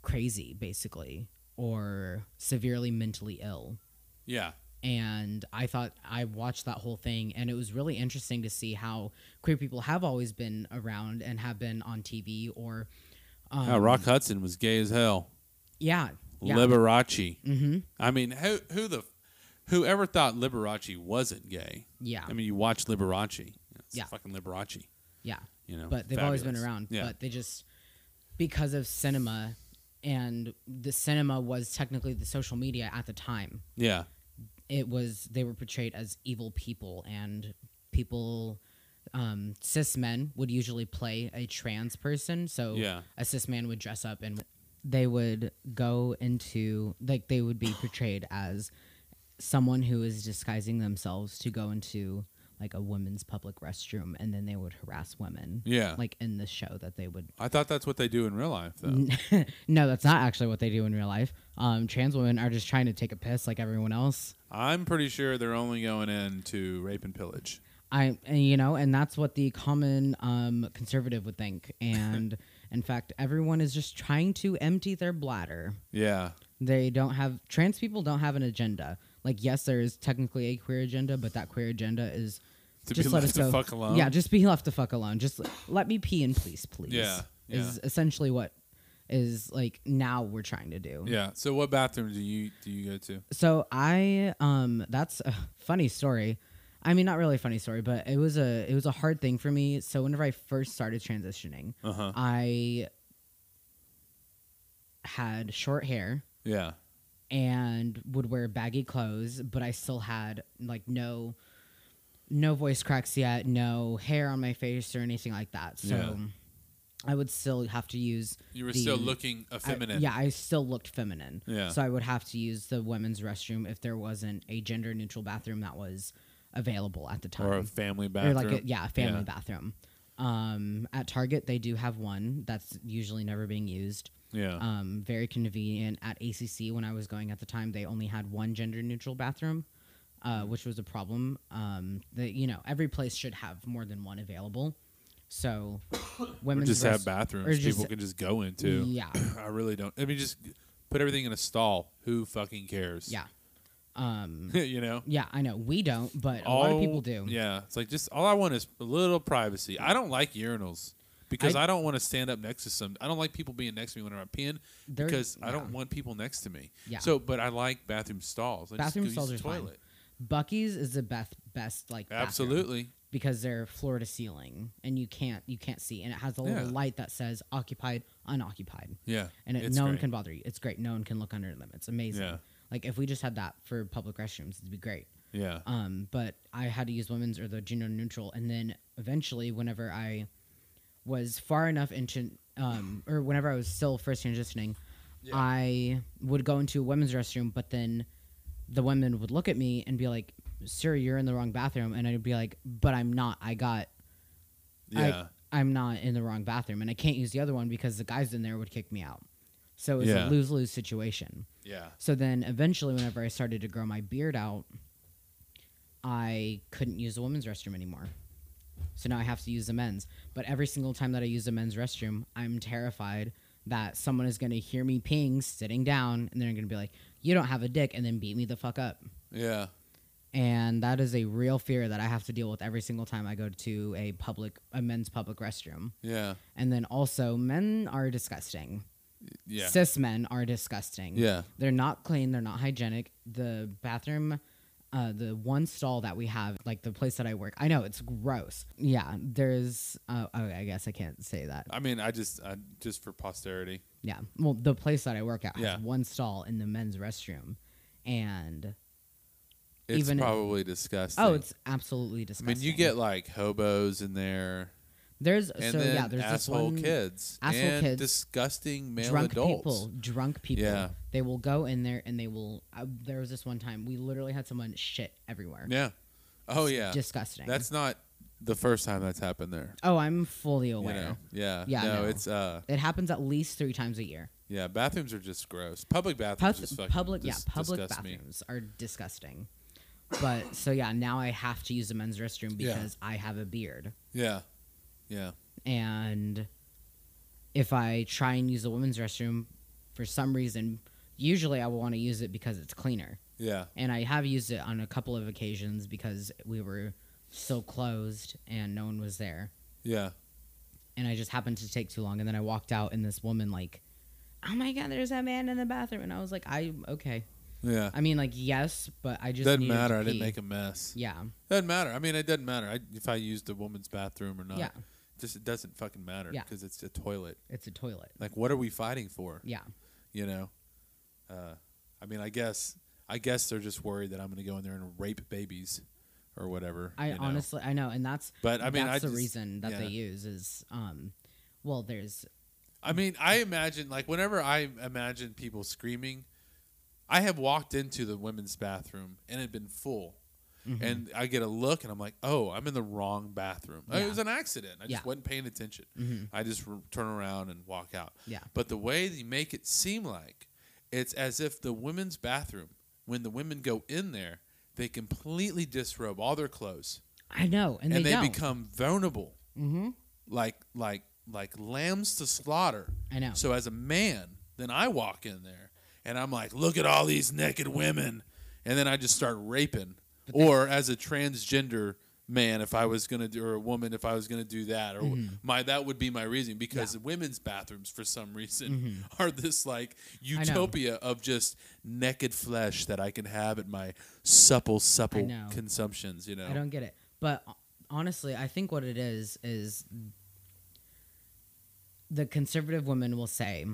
crazy basically or severely mentally ill Yeah. and I thought I watched that whole thing, and it was really interesting to see how queer people have always been around and have been on TV or. Um, Yeah, Rock Hudson was gay as hell. Yeah. yeah. Liberace. mm-hmm. I mean, who who the whoever thought Liberace wasn't gay? Yeah. I mean, you watch Liberace. It's Yeah. fucking Liberace. yeah. You know, But they've always been fabulous. around. Yeah. But they just because of cinema, and the cinema was technically the social media at the time. yeah. It was they were portrayed as evil people and people. Um, cis men would usually play a trans person, so Yeah. a cis man would dress up and they would go into like they would be portrayed as someone who is disguising themselves to go into like a women's public restroom and then they would harass women Yeah. like in the show that they would I thought that's what they do in real life, though. no that's not actually what they do in real life um, trans women are just trying to take a piss like everyone else I'm pretty sure they're only going in to rape and pillage. I and, you know, and that's what the common um, conservative would think. And in fact, everyone is just trying to empty their bladder. Yeah. They don't have trans people don't have an agenda. Like yes, there is technically a queer agenda, but that queer agenda is To just be let left us the go. fuck alone. Yeah, just be left the fuck alone. Just let me pee and please, please. Yeah, is essentially what is like now we're trying to do. yeah. So, what bathroom do you do you go to? So I um that's a funny story. I mean not really a funny story, but it was a it was a hard thing for me. So whenever I first started transitioning, Uh huh. I had short hair Yeah. and would wear baggy clothes, but I still had like no no voice cracks yet, no hair on my face or anything like that. So Yeah. I would still have to use You were The- still looking I- effeminate. yeah, I still looked feminine. Yeah. So I would have to use the women's restroom if there wasn't a gender neutral bathroom that was available at the time. Or a family bathroom. Or like a, yeah, a family Yeah. bathroom. Um, at Target they do have one that's usually never being used. Yeah. Um, very convenient. At ACC when I was going at the time, they only had one gender neutral bathroom, uh, Mm. which was a problem. Um, that you know every place should have more than one available. So or women's just have rest- bathrooms or just- people can just go into. Yeah. I really don't. I mean, just put everything in a stall. Who fucking cares? Yeah. Um, you know? yeah, I know. We don't, but a lot of All- people do. Oh, Yeah. It's like, just all I want is a little privacy. I don't like urinals because I, I- don't want to stand up next to some. I don't like people being next to me when I'm peeing There- because I don't yeah. want people next to me. Yeah. So, but I like bathroom stalls. I just Bathroom go use stalls the are fine. toilet. Bucky's is the best best like bathroom Absolutely. because they're floor to ceiling and you can't you can't see and it has a little Yeah. light that says occupied, unoccupied. Yeah. And it, It's no one great. can bother you. It's great. No one can look under them. It's amazing. Yeah. Like if we just had that for public restrooms, it'd be great. Yeah. Um, but I had to use women's or the gender neutral, and then eventually, whenever I was far enough into, um, or whenever I was still first transitioning, Yeah. I would go into a women's restroom, but then the women would look at me and be like, "Sir, you're in the wrong bathroom," and I'd be like, "But I'm not. I got, yeah. I, am not in the wrong bathroom, and I can't use the other one because the guys in there would kick me out." So it's Yeah. a lose lose situation. yeah. So then eventually, whenever I started to grow my beard out, I couldn't use the women's restroom anymore. So now I have to use the men's. But every single time that I use the men's restroom, I'm terrified that someone is going to hear me ping sitting down and they're going to be like, you don't have a dick, and then beat me the fuck up. Yeah. And that is a real fear that I have to deal with every single time I go to a public, a men's public restroom. Yeah. And then also, men are disgusting. Yeah. Cis men are disgusting. yeah. They're not clean. They're not hygienic. The bathroom, uh, the one stall that we have, like the place that I work, I know it's gross. Yeah, there's. Uh, okay, I guess I can't say that. I mean, I just, I, just for posterity. Yeah. Well, the place that I work at has Yeah. one stall in the men's restroom, and It's Even if- probably disgusting. oh, it's absolutely I disgusting. mean, you get like hobos in there, there's and so then yeah, there's this asshole one kids, asshole and kids, disgusting male drunk adults. people, drunk people. Yeah. They will go in there and they will. Uh, there was this one time we literally had someone shit everywhere. Yeah. Oh yeah. Disgusting. That's not the first time that's happened there. Oh, I'm fully You aware. know? Yeah. Yeah, No, no. it's uh It happens at least three times a year. yeah, bathrooms are just gross. Public bathrooms Pub- just fucking public, dis- yeah, public disgust me. bathrooms are disgusting. But so yeah, now I have to use the men's restroom Yeah. because I have a beard, Yeah. Yeah. and if I try and use the women's restroom for some reason, usually I will want to use it because it's cleaner. Yeah. And I have used it on a couple of occasions because we were still closed and no one was there. Yeah. and I just happened to take too long. And then I walked out, and this woman like, "Oh my god, there's that man in the bathroom." And I was like, "I okay." Yeah. I mean, like yes, but I just Doesn't needed matter. To I didn't pee. make a mess. Yeah, Doesn't matter. I mean, it doesn't matter I, if I used a woman's bathroom or not. Yeah. Just it doesn't fucking matter Yeah. because it's a toilet. it's a toilet. Like, what are we fighting for? Yeah, You know. Uh, I mean, I guess I guess they're just worried that I'm going to go in there and rape babies or whatever. I you know? honestly I know, and that's But I mean, that's I the just- reason that they yeah. use is um, well, there's I mean, I imagine like whenever I imagine people screaming, I have walked into the women's bathroom and it had been full. Mhm. And I get a look and I'm like, oh, I'm in the wrong bathroom. It Yeah. was an accident. I just Yeah. wasn't paying attention. Mhm. I just r turn around and walk out. Yeah. But the way they make it seem like it's as if the women's bathroom, when the women go in there, they completely disrobe all their clothes I know, and, and they, they don't. become vulnerable hmm like like like lambs to slaughter. I know. So as a man, then I walk in there and I'm like, look at all these naked women, and then I just start raping. or as a transgender man, if I was gonna do, or a woman, if I was gonna do that, or Mm-hmm. my that would be my reason because women's bathrooms for some reason are this like Mm-hmm. know. utopia of just naked flesh that I can have at my supple supple know. consumptions. You know. I don't get it. But ho- honestly, I think what it is is the conservative women will say,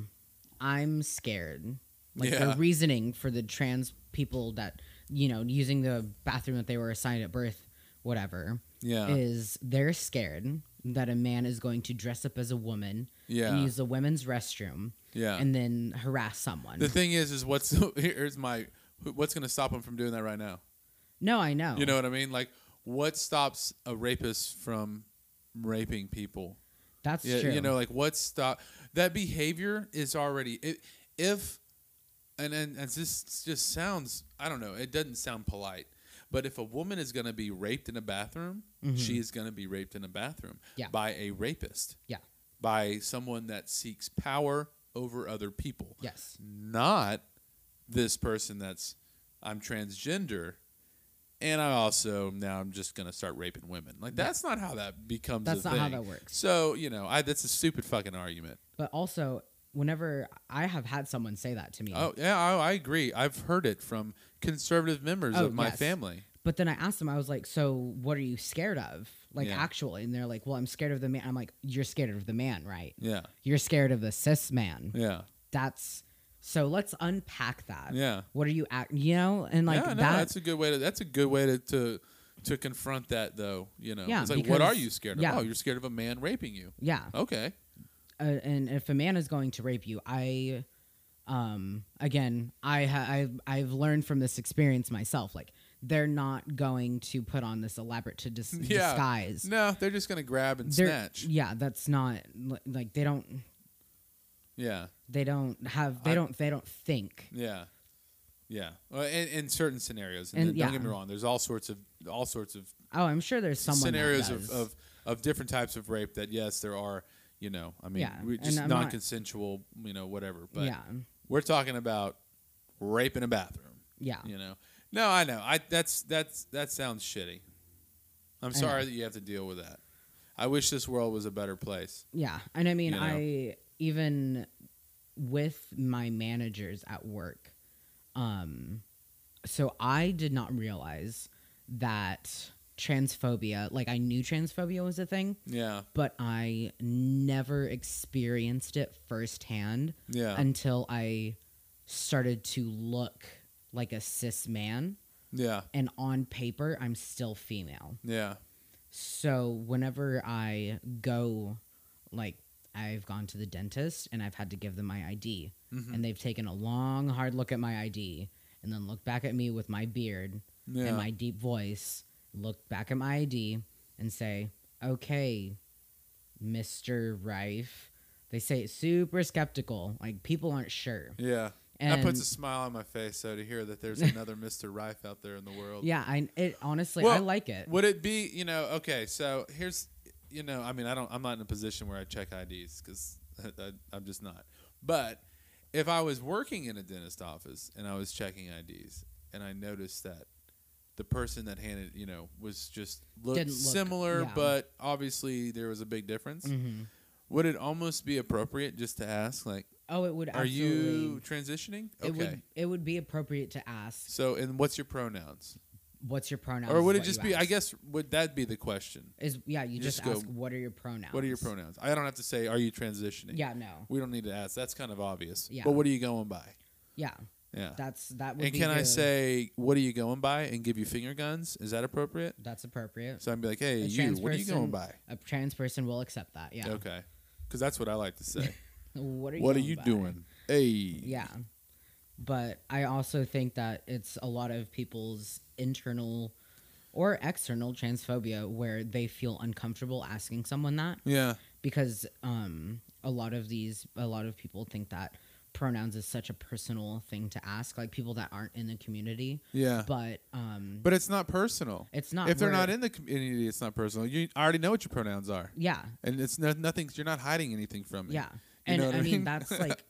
"I'm scared." Like Yeah. their reasoning for the trans people that you know using the bathroom that they were assigned at birth, whatever, yeah. is they're scared that a man is going to dress up as a woman yeah. and use the women's restroom yeah. and then harass someone. The thing is, is what's here's my what's going to stop him from doing that right now? no, I know. You know what I mean? Like, what stops a rapist from raping people? that's Yeah, true. you know, like what stop that behavior is already i if and and, and this just sounds I don't know it doesn't sound polite, but if a woman is going to be raped in a bathroom, Mm-hmm. she is going to be raped in a bathroom Yeah. by a rapist. Yeah. by someone that seeks power over other people yes, not this person that's I'm transgender and I also now I'm just gonna start raping women. Like that's not how that becomes. that's a not how thing. that works. So you know, I that's a stupid fucking argument. But also, whenever I have had someone say that to me, Oh yeah, I, I agree. I've heard it from conservative members Oh, of my yes. family. but then I asked them, I was like, so what are you scared of? Like, Yeah. actually. And they're like, well, I'm scared of the man. I'm like, you're scared of the man, right? Yeah, You're scared of the cis man. yeah, That's so let's unpack that. yeah. What are you act, you know? And like yeah, no, that. that's a good way to that's a good way to to, to confront that though. You know, Yeah, it's like what because- are you scared of? yeah. Oh, you're scared of a man raping you. yeah. Okay, Uh, and if a man is going to rape you, I, um, again, I, ha- I, I've learned from this experience myself. Like, they're not going to put on this elaborate to dis- Yeah. disguise. no, they're just gonna grab and They're- snatch. Yeah, that's not li- like they don't Yeah. they don't have they I- don't they don't think. Yeah, yeah. Well, in, in certain scenarios, and, And, then- don't yeah. get me wrong. There's all sorts of all sorts of Oh, I'm sure there's someone that scenarios does. of, of of different types of rape. That yes, there are. You know, I mean, Yeah, we, and just I'm not- non-consensual. You know, whatever. But yeah, we're talking about rape in a bathroom. yeah, You know. No, I know. I that's that's that sounds shitty. I'm know. sorry that you have to deal with that. I wish this world was a better place. yeah. And I mean, You know. I even with my managers at work, um, so I did not realize that transphobia. Like I knew transphobia was a thing, Yeah, but I never experienced it firsthand yeah, until I started to look like a cis man. yeah, And on paper, I'm still female. yeah, So whenever I go, like, I've gone to the dentist and I've had to give them my ID, Mhm. and they've taken a long, hard look at my ID and then looked back at me with my beard yeah. and my deep voice, looked back at my ID, and say, okay, Mr. Rife. They say it's super skeptical. Like people aren't sure. Yeah. And that puts a smile on my face, though, to hear that there's another Mr. Rife out there in the world. yeah, I it honestly I Well, like it. Would it be, you know, okay, so here's, you know, I mean, I don't, I'm not in a position where I check IDs because I'm just not. But if I was working in a dentist office and I was checking IDs and I noticed that the person that handed, you know, was just looked Didn't look- similar, yeah. but obviously there was a big difference, hmm would it almost be appropriate just to ask, like, Oh, it would are absolutely. you transitioning? It Okay. would it would be appropriate to ask so, and what's your pronouns? what's your pronouns, or is would it what just you be? I ask. guess would that be the question? is yeah. You, you just just, go, ask what are your pronouns. What are your pronouns? I don't have to say. Are you transitioning? Yeah, no, We don't need to ask. That's kind of obvious. Yeah. But what are you going by? yeah. Yeah. That's that would. and be can I the- say what are you going by and give you finger guns? Is that appropriate? that's appropriate? So I'd be like, hey, A you. trans What are you going person- by? A trans person will accept that. Yeah. Okay. Because that's what I like to say. What are you? what are going you by? doing? Hey. Yeah. But I also think that it's a lot of people's internal or external transphobia where they feel uncomfortable asking someone that Yeah. because um, a lot of these, a lot of people think that pronouns is such a personal thing to ask, like people that aren't in the community. Yeah. But, But um, it's not personal. it's not. if they're where- not in the community, it's not personal. You I already know what your pronouns are, Yeah. and it's no, nothing. You're not hiding anything from me. Yeah. You And know what I I mean, mean? that's like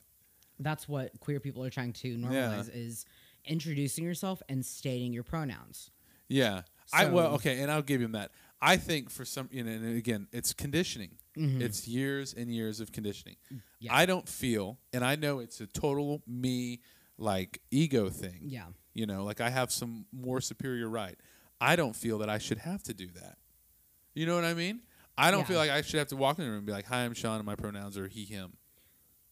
that's what queer people are trying to normalize is introducing yourself and stating your pronouns. Yeah. I well, So- okay, and I'll give him that. I think for some, you know, and again, it's conditioning. Mhm. It's years and years of conditioning. Yeah. I don't feel, and I know it's a total me like ego thing. Yeah. You know, like I have some more superior right. I don't feel that I should have to do that. You know what I mean? I don't Yeah. feel like I should have to walk in the room and be like, "Hi, I'm Sean, and my pronouns are he, him."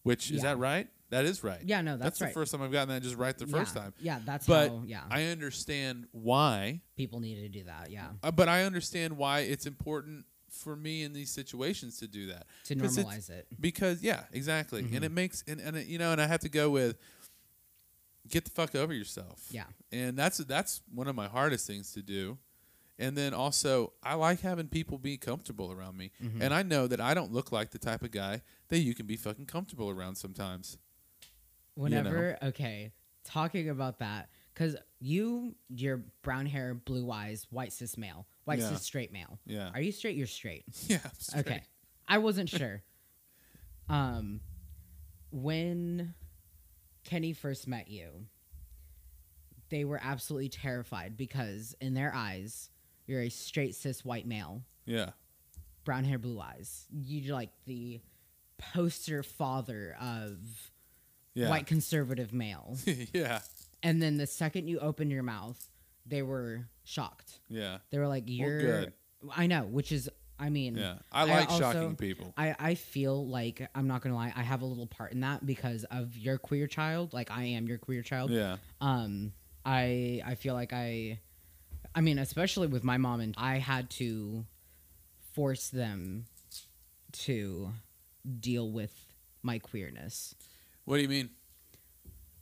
Which is Yeah. that right? That is right. Yeah, no, that's, the right. first time I've gotten that just right the first yeah. time. Yeah, that's But how yeah, I understand why people need to do that. Yeah. uh, but I understand why it's important for me in these situations to do that To 'Cause it's- normalize it. because yeah, exactly, and Mhm. it makes and and it, you know, and I have to go with get the fuck over yourself. Yeah. and that's that's one of my hardest things to do. And then also, I like having people be comfortable around me, Mhm. and I know that I don't look like the type of guy that you can be fucking comfortable around sometimes. Whenever okay, talking about that cuz you your brown hair, blue eyes, white cis male, white Yeah. cis straight male. Yeah, Are you straight? You're straight. yeah. I'm straight. Okay. I wasn't sure. Um, when Kenny first met you, they were absolutely terrified because in their eyes, you're a straight cis white male, Yeah, brown hair, blue eyes. You're like the poster father of yeah, white conservative male. yeah, and then the second you opened your mouth, they were shocked. yeah, They were like, "You're." good. I know, which is, I mean, yeah. I I like also- shocking people. I, I feel like I'm not gonna lie, I have a little part in that because of your queer child. Like I am your queer child. Yeah, Um I I feel like I I mean, especially with my mom and I had to force them to deal with my queerness. what do you mean?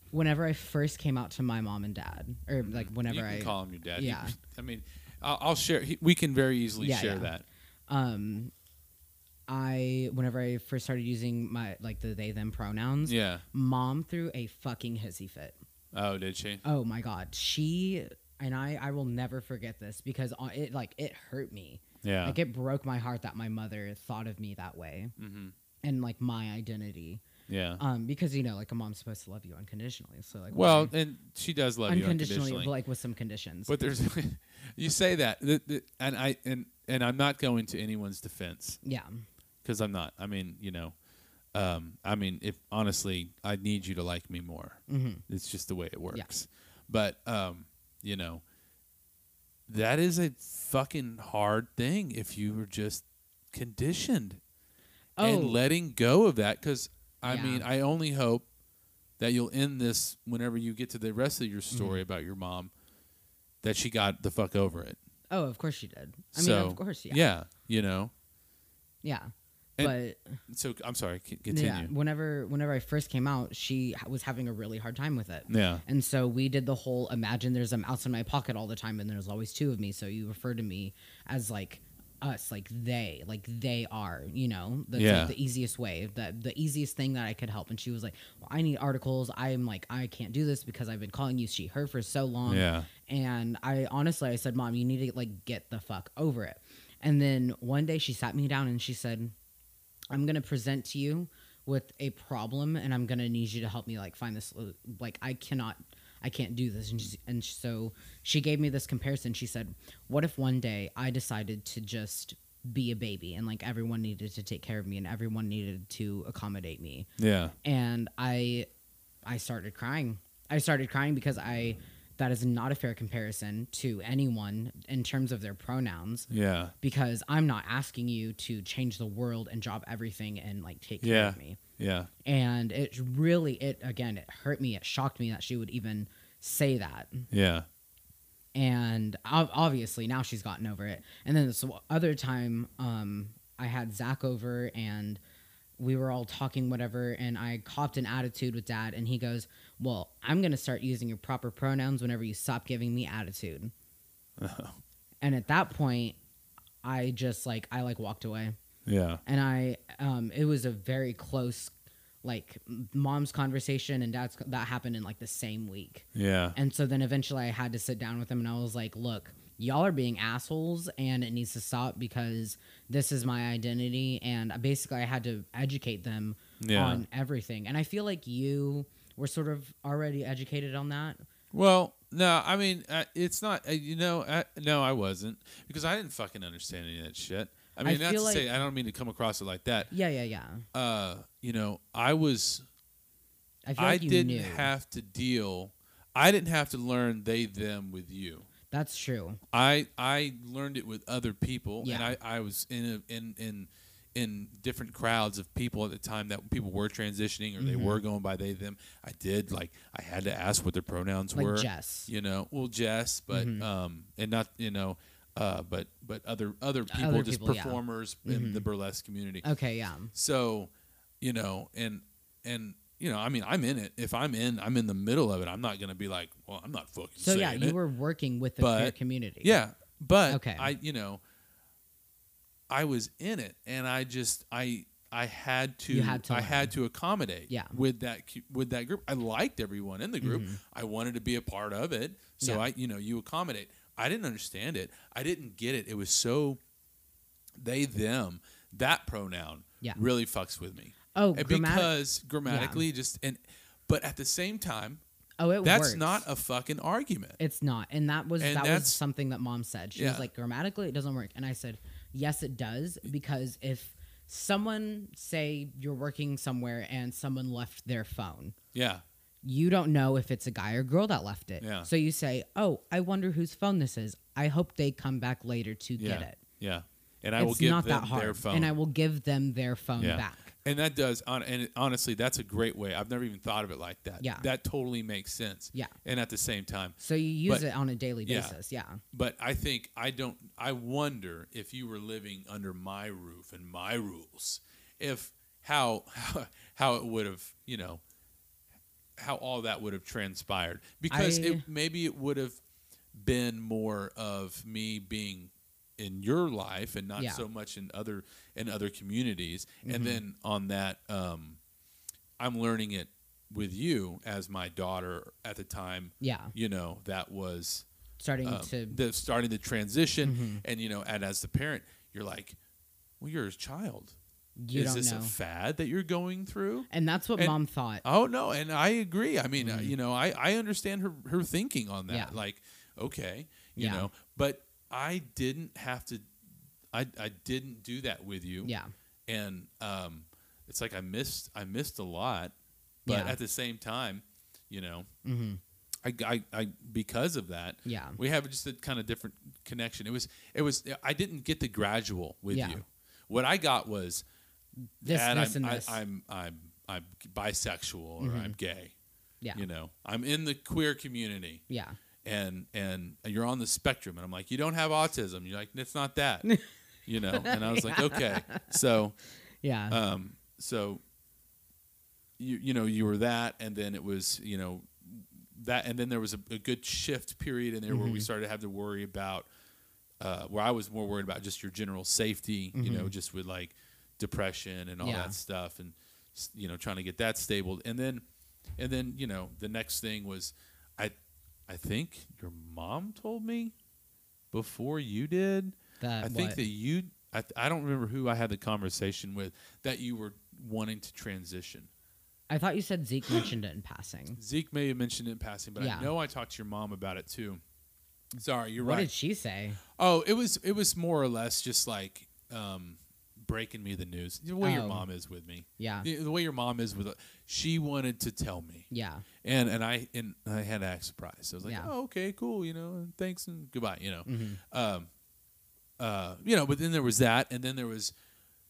Whenever I first came out to my mom and dad, or like whenever Mm-hmm. you can I call him your dad. He- yeah. I mean, I'll, I'll share. He, we can very easily Yeah, share yeah. that. um I whenever I first started using my like the they them pronouns, Yeah. mom threw a fucking hissy fit. Oh, did she? Oh my god, she and I I will never forget this because uh, it like it hurt me. Yeah. Like it broke my heart that my mother thought of me that way mm-hmm. and like my identity. Yeah. Um because you know like a mom's supposed to love you unconditionally. So like Well, why- and she does love unconditionally, you unconditionally. but like with some conditions. But there's, you say that, the, the, and I and and I'm not going to anyone's defense yeah. because I'm not. I mean, you know, um, I mean, if honestly, I need you to like me more. hmm It's just the way it works. But um, you know, that is a fucking hard thing if you were just conditioned Oh. and letting go of that because I Yeah. mean, I only hope that you'll end this whenever you get to the rest of your Mm-hmm. story about your mom that she got the fuck over it. Oh, of course she did. I so mean, of course, yeah. yeah, you know. Yeah. And- But So I'm sorry, c- yeah, continue. whenever whenever I first came out, she ha- was having a really hard time with it. Yeah. And so we did the whole imagine there's a mouse in my pocket all the time and there's always two of me. So you refer to me as like us like they like they are you know that's Yeah. like the easiest way the, the easiest thing that i could help and she was like well, i need articles i'm like i can't do this because i've been calling you she her for so long yeah. and i honestly i said mom you need to like get the fuck over it and then one day she sat me down and she said i'm gonna present to you with a problem and i'm gonna need you to help me like find this like i cannot i can't do this and, she's, and so she gave me this comparison she said what if one day i decided to just be a baby and like everyone needed to take care of me and everyone needed to accommodate me Yeah. and I I started crying. I started crying because I that is not a fair comparison to anyone in terms of their pronouns Yeah. because I'm not asking you to change the world and drop everything and like take care of Yeah. me. Yeah. And it really it again it hurt me. It shocked me that she would even say that. Yeah. And ob- obviously now she's gotten over it. And then this other time um I had Zach over and we were all talking whatever and i copped an attitude with dad and he goes well i'm going to start using your proper pronouns whenever you stop giving me attitude and at that point i just like i like walked away Yeah. and i um it was a very close like m- mom's conversation and dad's that happened in like the same week Yeah. and so then eventually I had to sit down with him and I was like, look, y'all are being assholes and it needs to stop because this is my identity. And basically, I had to educate them Yeah. on everything. And I feel like you were sort of already educated on that. Well, no, I mean, uh, it's not. Uh, you know, uh, no, I wasn't because I didn't fucking understand any of that shit. I mean, not to feel say like- I don't mean to come across it like that. Yeah, yeah, yeah. Uh, you know, I was, I feel I like you didn't knew. have to deal. I didn't have to learn they them with you. That's true. I I learned it with other people, and Yeah. I, I was in a, in in in different crowds of people at the time that people were transitioning or they were Mm-hmm. going by they them. I did like I had to ask what their pronouns Like were. Jess. Mm-hmm. you know, well Jess, but um, and not you know, uh, but but other other people, Other just people, yeah. Mm-hmm. performers in the burlesque community. Okay, yeah. So, you know, and and you know, I mean, I'm in it. If I'm in, I'm in the middle of it. I'm not gonna be like, well, I'm not fucking. So, yeah, saying you it. were working with the But- queer community. Yeah, but Okay. I you know, I was in it, and I just I I had to, You had to I learn. had to accommodate. Yeah. Mm-hmm. with that cu- with that group, I liked everyone in the group. I wanted to be a part of it, so Yeah. I you know you accommodate. I didn't understand it. I didn't get it. It was so they them that pronoun Yeah. really fucks with me Oh, And grammatic- because grammatically just and but at the same time oh, it that's works. not a fucking argument It's not. And that was And that was that's- something that mom said. She Yeah. was like, grammatically it doesn't work. And I said, Yes, it does, because if someone say you're working somewhere and someone left their phone, yeah you don't know if it's a guy or girl that left it. Yeah. So you say, Oh, I wonder whose phone this is. I hope they come back later to yeah get it. yeah and I will it's give not them that hard. their phone And I will give them their phone Yeah. back. And that does, hon- and it- honestly, that's a great way. I've never even thought of it like that. Yeah. that totally makes sense. Yeah. and at the same time, So you use But- it on a daily yeah. basis. Yeah. but I think I don't. I wonder if you were living under my roof and my rules, if how how, it would have you know how all that would have transpired because I- it maybe it would have been more of me being in your life and not Yeah. Mm-hmm. so much in other in other communities and then on that um i'm learning it with you as my daughter at the time Yeah. you know that was Starting um, to Mm-hmm. the starting the transition and you know and as the parent you're like well you're a child you is don't this know. a fad that you're going through and that's what and- mom thought. oh no and i agree i mean uh, you know I, I understand her her thinking on that Mm. Yeah. like okay you Yeah. know but i didn't have to i i didn't do that with you Yeah. and um it's like i missed i missed a lot but Yeah. at the same time you know Mm-hmm. I, I, I because of that Yeah. we have just a kind of different connection it was it was i didn't get the gradual with Yeah. you what i got was This, Dad, this, I'm, and this. Mm-hmm. I, am i'm i'm bisexual or i'm gay yeah. you know i'm in the queer community Yeah. and and you're on the spectrum and i'm like you don't have autism you're like it's not that you know and i was like okay so Yeah. um, so you you know you were that, and then it was you know Mm-hmm. that, and then there was a, a good shift period in there where we started to have to worry about uh, where I was more worried about just your general safety, you know, just with like depression and all Mm-hmm. Yeah. that stuff, and s- you know, trying to get that stable. And then, and then, you know, the next thing was, I, I think your mom told me before you did. That I think what? that you, I, I don't remember who I had the conversation with that you were wanting to transition. I thought you said Zeke mentioned it in passing. Zeke may have mentioned it in passing, but Yeah. I know I talked to your mom about it too. Sorry, you're What right. did she say? oh, it was it was more or less just like um, breaking me the news. The way your Oh. mom is with me, Yeah. the, the way your mom is with, she wanted to tell me, Yeah. and and I and I had to act surprised. I was like, Yeah. oh, okay, cool, you know, and thanks and goodbye, you know. hmm Um, uh, you know, but then there was that, and then there was,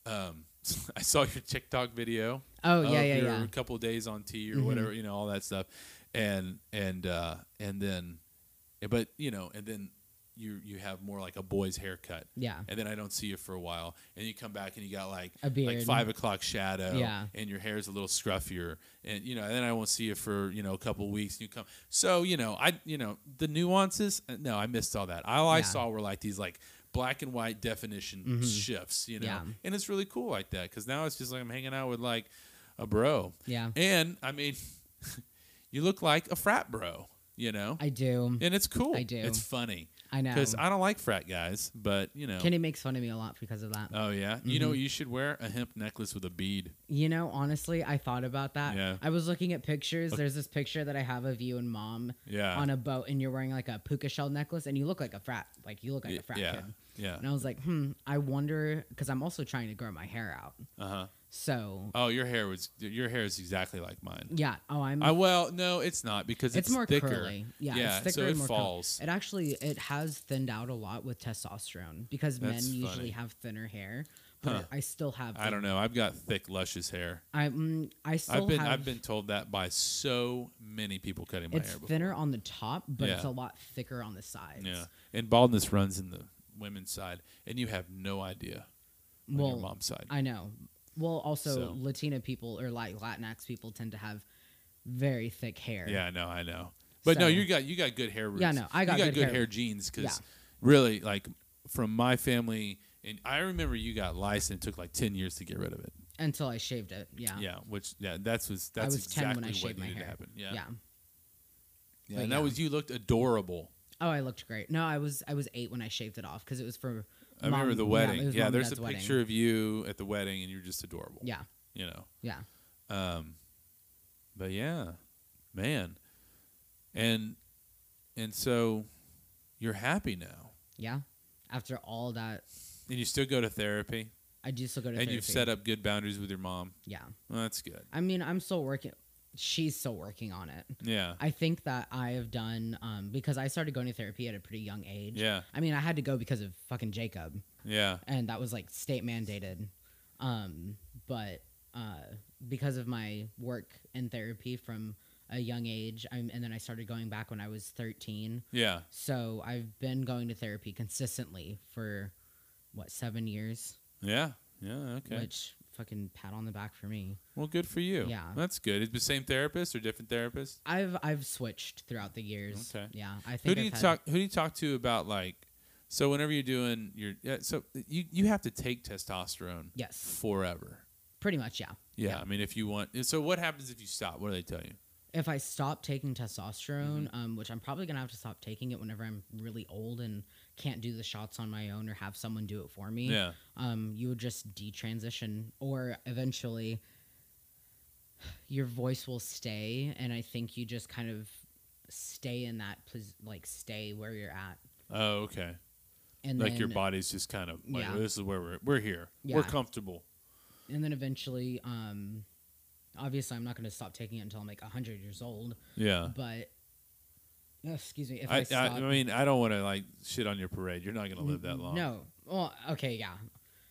um, I saw your TikTok video Oh yeah, of yeah, your yeah. couple days on T or Mhm. whatever, you know, all that stuff. And and uh and then but you know, and then you you have more like a boy's haircut. Yeah. And then I don't see you for a while. And you come back and you got like A like beard. five o'clock shadow. Yeah. And your hair's a little scruffier. And you know, and then I won't see you for, you know, a couple weeks and you come so, you know, I you know, the nuances uh, no, I missed all that. All I Yeah. saw were like these like black and white definition Mhm. shifts, you know. Yeah. And it's really cool like that because now it's just like I'm hanging out with like a bro. Yeah. And I mean, you look like a frat bro, you know? I do. and it's cool. I do. It's funny. I know. Because I don't like frat guys, but you know. Kenny makes fun of me a lot because of that. oh, yeah. You know Mhm. what you should wear? A hemp necklace with a bead. You know, honestly, I thought about that. Yeah. I was looking at pictures. There's this picture that I have of you and mom Yeah. on a boat, and you're wearing like a puka shell necklace, and you look like a frat. Like you look like a frat yeah. kid. Yeah. And I was like, hmm, I wonder, because I'm also trying to grow my hair out. Uh huh. So, Oh, your hair was your hair is exactly like mine. yeah. Oh, I'm. I well, no, it's not because it's, it's, more thicker. curly. Yeah, Yeah, it's thicker so it and more curly. falls. It actually it has thinned out a lot with testosterone because That's men funny. usually have thinner hair, but Huh. I still have. I don't know. I've got thick, luscious hair. I mm, I still I've been have. I've been told that by so many people cutting my it's hair. before. thinner on the top, but it's Yeah. a lot thicker on the sides. Yeah, and baldness runs in the women's side, and you have no idea on Well, your mom's side. I know. Well, also So. Latina people or like Latinx people tend to have very thick hair. yeah, I know, I know. But no, So- you got you got good hair roots. Yeah, no, I got you got good good hair- hair genes because Yeah. really, like from my family, and I remember you got lice and it took like ten years to get rid of it. Until I shaved it. Yeah. Yeah, which yeah, that's was that's I was exactly 10 when I what shaved my needed hair. to happen. Yeah, yeah. Yeah, But and yeah. that was you looked adorable. Oh, I looked great. No, I was I was eight when I shaved it off because it was for. I remember mom- the yeah, wedding. it Yeah, was mom and there's a dad's wedding. picture of you at the wedding, and you're just adorable. Yeah, you know. yeah. Um, but yeah, man, and and so you're happy now, Yeah. After all that, and you still go to therapy, I do still go to. and you've set up good boundaries with your mom. Yeah. Well, that's good. I mean, I'm still working. She's still working on it. Yeah, I think that I have done um, because I started going to therapy at a pretty young age. yeah, I mean, I had to go because of fucking Jacob, yeah, and that was like state mandated. Um, but uh, because of my work in therapy from a young age, I'm, and then I started going back when I was 13. yeah. So I've been going to therapy consistently for what seven years, Yeah. Yeah. Okay. which fucking pat on the back for me. well, good for you. Yeah. That's good. It's the same therapist or different therapist? I've I've switched throughout the years. Okay. Yeah, I think. Who do I've you had- talk? Who do you talk to about like? So whenever you're doing your, yeah, so you you have to take testosterone Yes, forever. pretty much. Yeah. Yeah, I mean, if you want, and so what happens if you stop? What do they tell you? If I stop taking testosterone, Mm-hmm. um, which I'm probably gonna have to stop taking it whenever I'm really old and can't do the shots on my own or have someone do it for me. Yeah, Um, you would just detransition, or eventually, your voice will stay, and I think you just kind of stay in that, pos- like stay where you're at, Oh, okay. and like then, your body's just kind of like Yeah. this is where we're we're here. We're Yeah. comfortable. and then eventually, um, obviously, I'm not gonna stop taking it until I'm like 100 years old. Yeah. but uh, excuse me if I, i, I, stop, I mean, I don't want to like shit on your parade. You're not gonna live that N- long. no Uh-uh. well okay yeah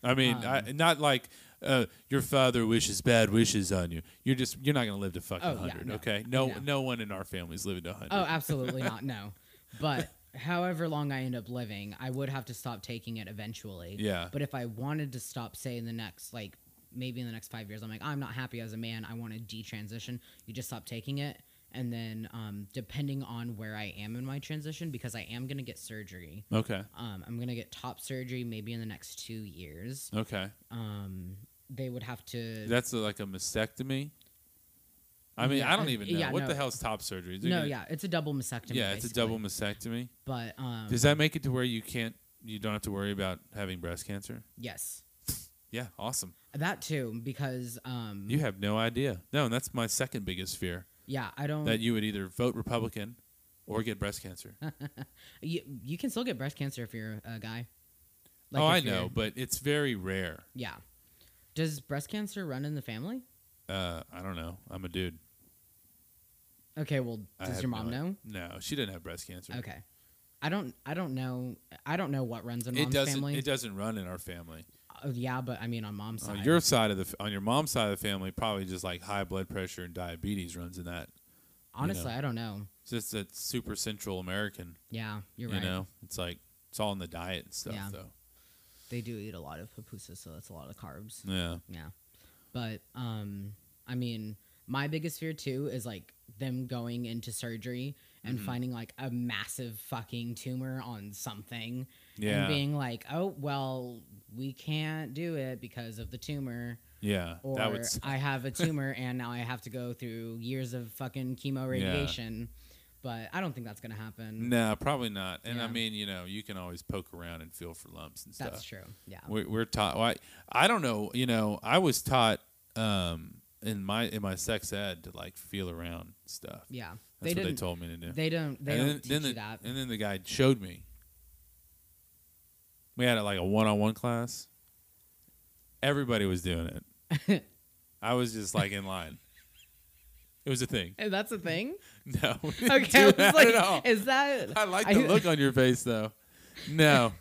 I mean, I, not like uh, your father wishes bad wishes on you. You're just you're not gonna live to fucking Oh, yeah, hundred. no. okay, no, No. no one in our family's living to hundred. oh absolutely not no but however long i end up living i would have to stop taking it eventually Yeah. but if i wanted to stop say in the next like maybe in the next five years i'm like i'm not happy as a man i want to detransition you just stop taking it and then um, depending on where I am in my transition, because I am gonna get surgery. Okay. Um, I'm gonna get top surgery maybe in the next two years. Okay. Um, they would have to. That's a, like a mastectomy. I mean, Yeah, I don't I- even know yeah, what the no. hell's top surgery. They're no, gonna- yeah, it's a double mastectomy. yeah, it's a double basically. mastectomy. But um, Does that make it to where you can't, you don't have to worry about having breast cancer? yes, Yeah, awesome. that too, because um, You have no idea. No, and that's my second biggest fear yeah, I don't. that you would either vote Republican or get breast cancer. you you can still get breast cancer if you're a guy. oh, I if know, you're- but it's very rare. yeah. Does breast cancer run in the family? Uh, I don't know. I'm a dude. Okay, well, I does have your mom no- know? No, she didn't have breast cancer. Okay. I don't I don't know I don't know what runs in It mom's doesn't. family. It doesn't run in our family. Uh, yeah, but I mean on mom's On side. your side of the, f- on your mom's side of the family, probably just like high blood pressure and diabetes runs in that. Honestly, know. I don't know. It's just that super Central American. Yeah, you're You right. know, it's like it's all in the diet and stuff. Yeah. Though. They do eat a lot of pupusas, so that's a lot of carbs. Yeah. Yeah. But um I mean, my biggest fear too is like them going into surgery and Mhm. finding like a massive fucking tumor on something Yeah. and being like, "Oh, well, we can't do it because of the tumor." yeah. or That would. s- I have a tumor and now I have to go through years of fucking chemo radiation. But I don't think that's gonna happen. No, probably not. And I Yeah. mean, you know, you can always poke around and feel for lumps and that's stuff. true. Yeah. We're, we're taught. Why? I don't know. You know, I was taught um, in my in my sex ed to like feel around and stuff. yeah. That's they what they didn't. told me to do. They don't. They and don't teach the, you that. And then the guy showed me. We had like a one-on-one class. Everybody was doing it. I was just like in line. It was a thing. Eh, that's a thing. No, we didn't Okay. do I was that like, at all. is that? I like I- the look on your face though. No,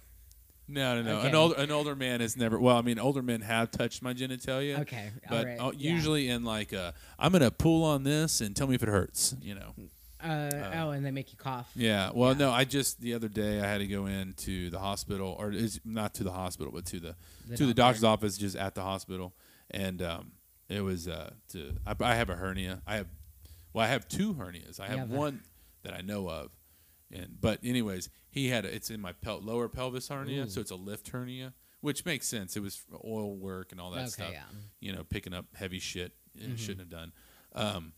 no, no, no. An Okay. older an older man has never. Well, I mean, older men have touched my genitalia. Okay. all But right, uh, yeah. usually in like, i am gonna pull on this and tell me if it hurts. You know. Uh, oh, and they make you cough. Yeah. Well, no, I just the other day I had to go in to the hospital, or is not to the hospital, but to the, The to the doctor. doctor's office, just at the hospital, and um, it was uh, to I, I have a hernia. I have well, I have two hernias. I You have have a- one that I know of, and but anyways, he had a, it's in my pel- lower pelvis hernia, Ooh. so it's a lift hernia, which makes sense. It was oil work and all that okay. stuff Yeah. you know, picking up heavy shit and shouldn't have done. Um,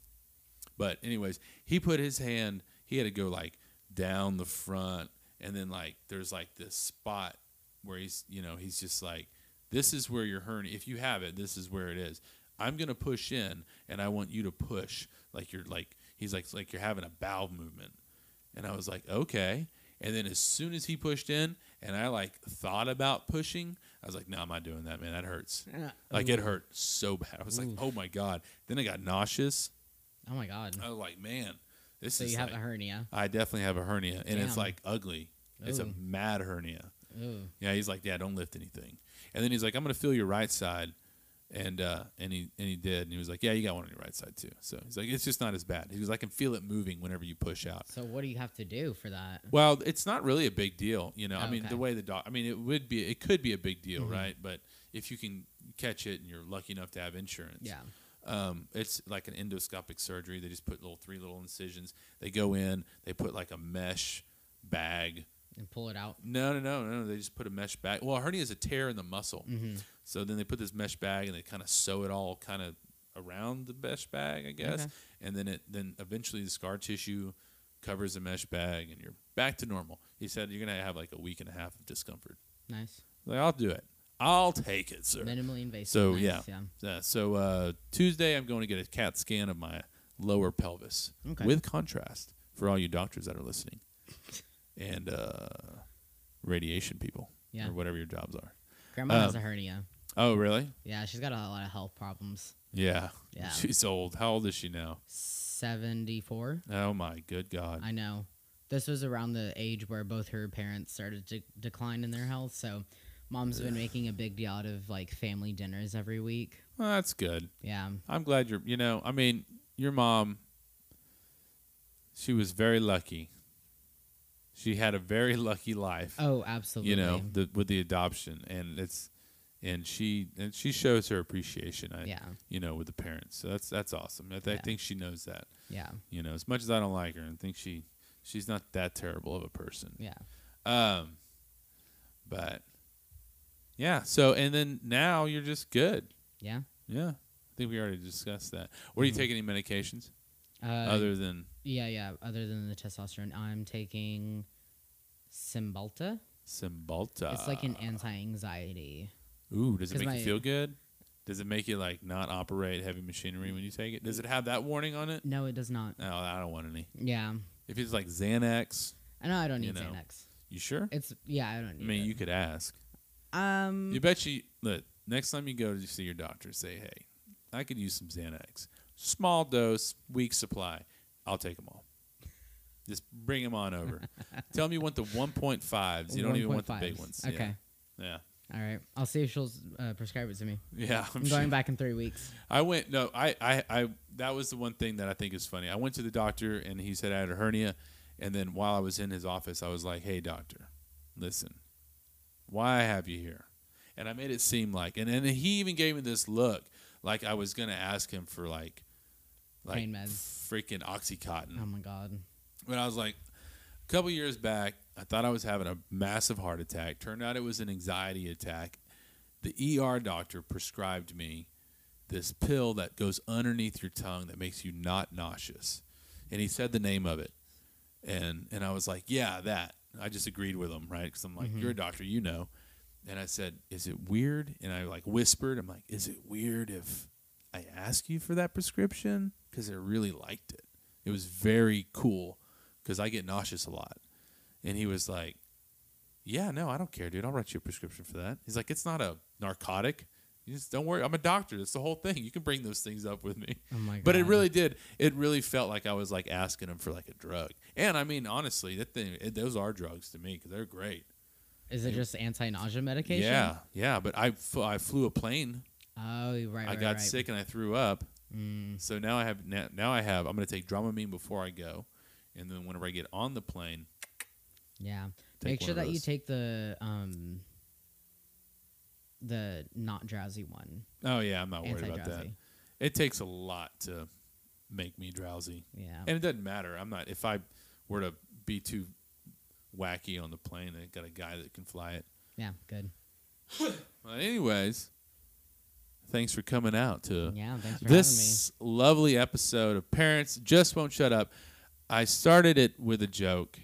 but anyways, he put his hand. He had to go like down the front, and then like there's like this spot where he's, you know, he's just like, this is where your hernia. If you have it, this is where it is. I'm gonna push in, and I want you to push like you're like he's like like you're having a bowel movement, and I was like okay. And then as soon as he pushed in, and I like thought about pushing, I was like, no, I'm not doing that, man. That hurts. Uh, Like ooh. it hurt so bad. I was like, Oof. oh my god. Then I got nauseous. Oh my god. I was like, man, this so is. you have like- a hernia. I definitely have a hernia, and it's Damn. like ugly. It's a Ooh. mad hernia. Ooh. Yeah, he's like, yeah, don't lift anything. And then he's like, I'm gonna feel your right side, and uh, and he and he did, and he was like, yeah, you got one on your right side too. So he's like, it's just not as bad. He was like, I can feel it moving whenever you push out. So what do you have to do for that? Well, it's not really a big deal, you know. I Oh, mean, okay. the way the dog. I mean, it would be, it could be a big deal, Mhm. right? But if you can catch it and you're lucky enough to have insurance, Yeah. um, it's like an endoscopic surgery. They just put little three little incisions. They go in. They put like a mesh bag. And pull it out. No, no, no, no. They just put a mesh bag. Well, hernia is a tear in the muscle. Mm-hmm. So then they put this mesh bag and they kind of sew it all kind of around the mesh bag, I guess. Okay. And then it then eventually the scar tissue covers the mesh bag and you're back to normal. He said you're gonna have like a week and a half of discomfort. Nice. Like I'll do it. I'll take it, sir. Minimally invasive. So, nice, yeah. yeah. Uh, so uh, Tuesday, I'm going to get a CAT scan of my lower pelvis Okay. with contrast for all you doctors that are listening, and uh, radiation people Yeah. or whatever your jobs are. Grandma has Um, a hernia. Oh, really? Yeah, she's got a lot of health problems. Yeah. Yeah. She's old. How old is she now? 74. Oh my good God. I know. This was around the age where both her parents started to decline in their health, so mom's been making a big deal out of like family dinners every week. Well, that's good. Yeah. I'm glad you're. You know, I mean, your mom. She was very lucky. She had a very lucky life. Oh, absolutely. you know, the, with the adoption, and it's and she and she shows her appreciation. I, Yeah. you know, with the parents. So that's that's awesome. I, th- Yeah. I think she knows that. Yeah. You know, as much as I don't like her and think she she's not that terrible of a person. Yeah. Um, but yeah. So and then now you're just good. Yeah. Mm-hmm. Yeah. I think we already discussed that. Were you taking any medications Uh, other than yeah, yeah. Other than the testosterone, I'm taking Cymbalta. Cymbalta? it's like an anti-anxiety. Ooh, does it 'cause make my- you feel good? Does it make you like not operate heavy machinery when you take it? Does it have that warning on it? No, it does not. No, I don't want any. Yeah. If it's like Xanax, I know I don't need You know. Xanax. you sure? It's yeah, I don't I need. mean, it. you could ask. um You bet you look next time you go to see your doctor, say, "Hey, I could use some Xanax, small dose, week supply. I'll take them all. Just bring them on over. Tell me you want the 1.5s. You don't even want the 1.5s. big ones. Yeah. Okay. Yeah. All right. I'll see if she'll uh, prescribe it to me. Yeah. I'm, I'm sure. going back in three weeks. I went no, I, I I that was the one thing that I think is funny. I went to the doctor and he said I had a hernia and then while I was in his office I was like, Hey doctor, listen, why I have you here? And I made it seem like and then he even gave me this look like I was gonna ask him for like like Pain meds. freaking oxycontin. Oh my god. But I was like, a couple years back, I thought I was having a massive heart attack. Turned out it was an anxiety attack. The ER doctor prescribed me this pill that goes underneath your tongue that makes you not nauseous. And he said the name of it. And and I was like, yeah, that. I just agreed with him, right? Cuz I'm like, you're a doctor, you know. And I said, is it weird? And I like whispered, I'm like, is it weird if I ask you for that prescription? Cuz I really liked it. It was very cool because I get nauseous a lot. And he was like, Yeah, no, I don't care, dude. I'll write you a prescription for that. He's like, It's not a narcotic. You just don't worry. I'm a doctor. That's the whole thing. You can bring those things up with me. Oh my god. But it really did. It really felt like I was like asking him for like a drug. And I mean, honestly, that thing, it, those are drugs to me because they're great. is it just anti-nausea medication? Yeah, yeah. But I, fl- I flew a plane. Oh, right. right I got right. sick and I threw up. Mm, So now I have now, now I have I'm gonna take Dramamine before I go, and then whenever I get on the plane, yeah. Take Make one sure of that you those. take the um the not drowsy one. Oh yeah, I'm not worried about that. Anti-drowsy. It takes a lot to make me drowsy, Yeah. and it doesn't matter. I'm not if I were to be too wacky on the plane. I got a guy that can fly it. yeah. Good. Well, anyways, thanks for coming out to Yeah. Thanks for Uh, this lovely episode of Parents Just Won't Shut Up. I started it with a joke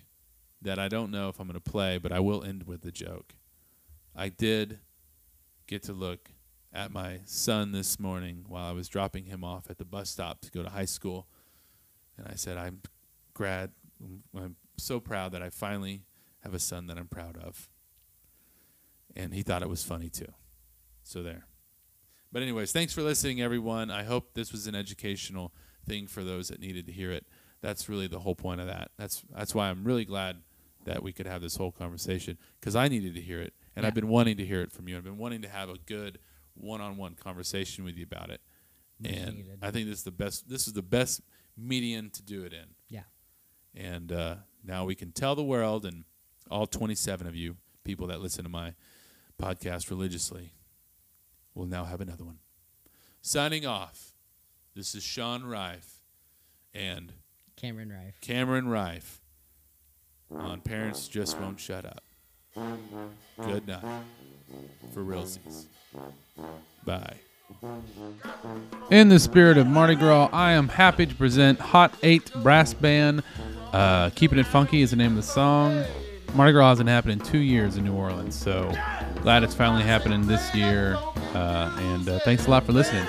that I don't know if I'm going to play, but I will end with the joke. I did get to look at my son this morning while I was dropping him off at the bus stop to go to high school. And I said, I'm grad. I'm so proud that I finally have a son that I'm proud of. And he thought it was funny too. So there. But anyways, thanks for listening, everyone. I hope this was an educational thing for those that needed to hear it. That's really the whole point of that. That's that's why I'm really glad that we could have this whole conversation because I needed to hear it, and I've Yeah. been wanting to hear it from you. I've been wanting to have a good one-on-one conversation with you about it, Much and needed. I think this is the best. This is the best median to do it in Having me. Yeah. and uh, now we can tell the world and all 27 of you people that listen to my podcast religiously will now have another one signing off this is sean rife and Cameron Rife. cameron rife on parents just won't shut up good night for realsies bye in the spirit of Mardi Gras, I am happy to present Hot Eight Brass Band. Uh, Keeping It Funky is the name of the song. Mardi Gras hasn't happened in two years in New Orleans, so glad it's finally happening this year. Uh, and uh, thanks a lot for listening.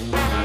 Woo!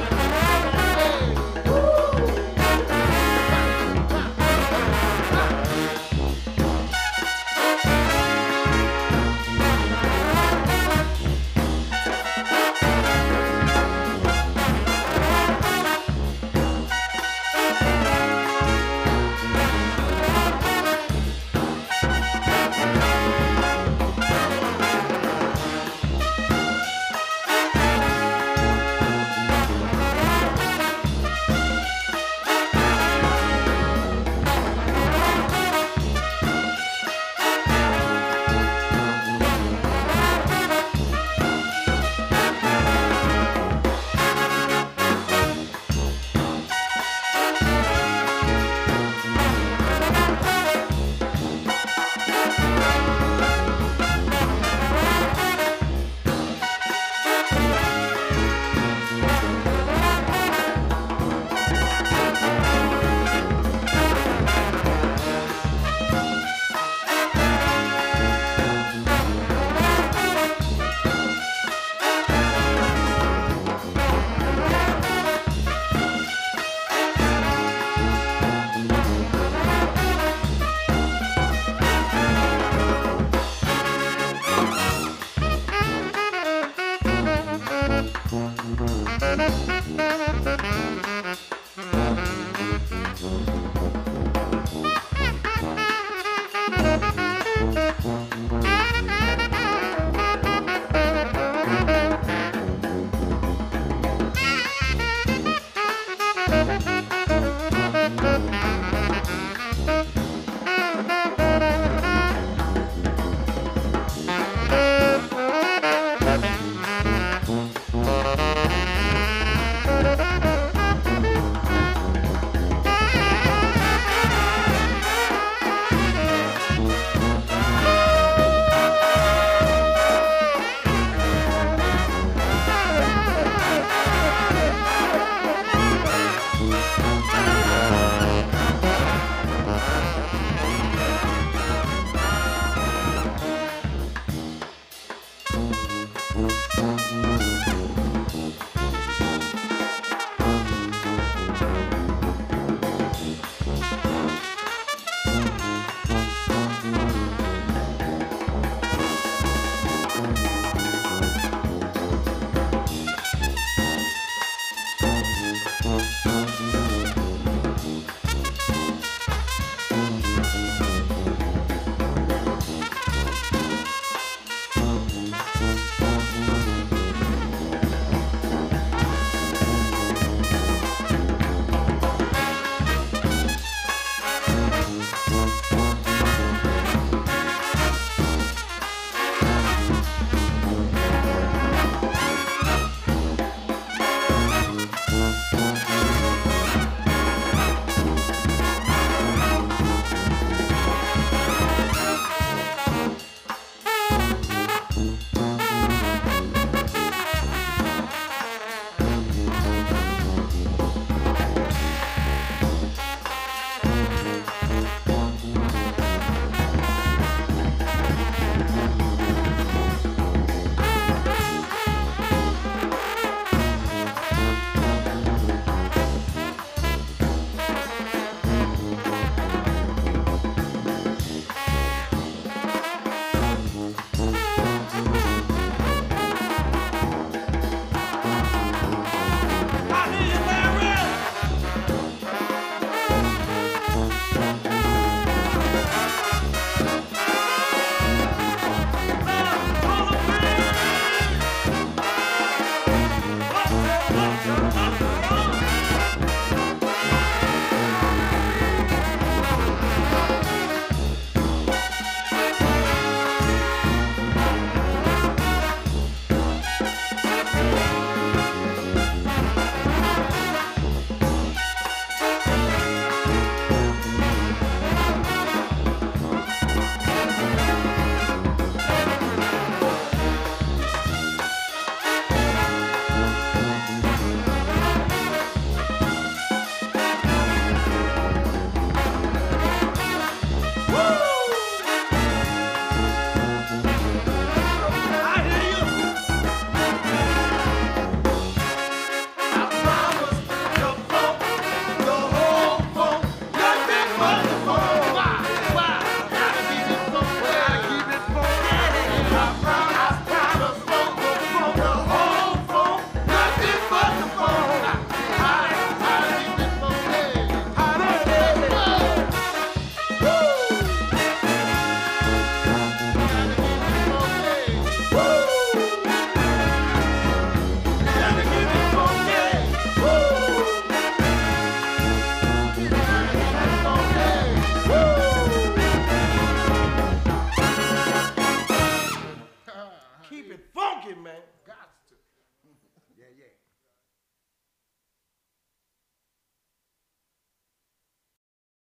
Bye.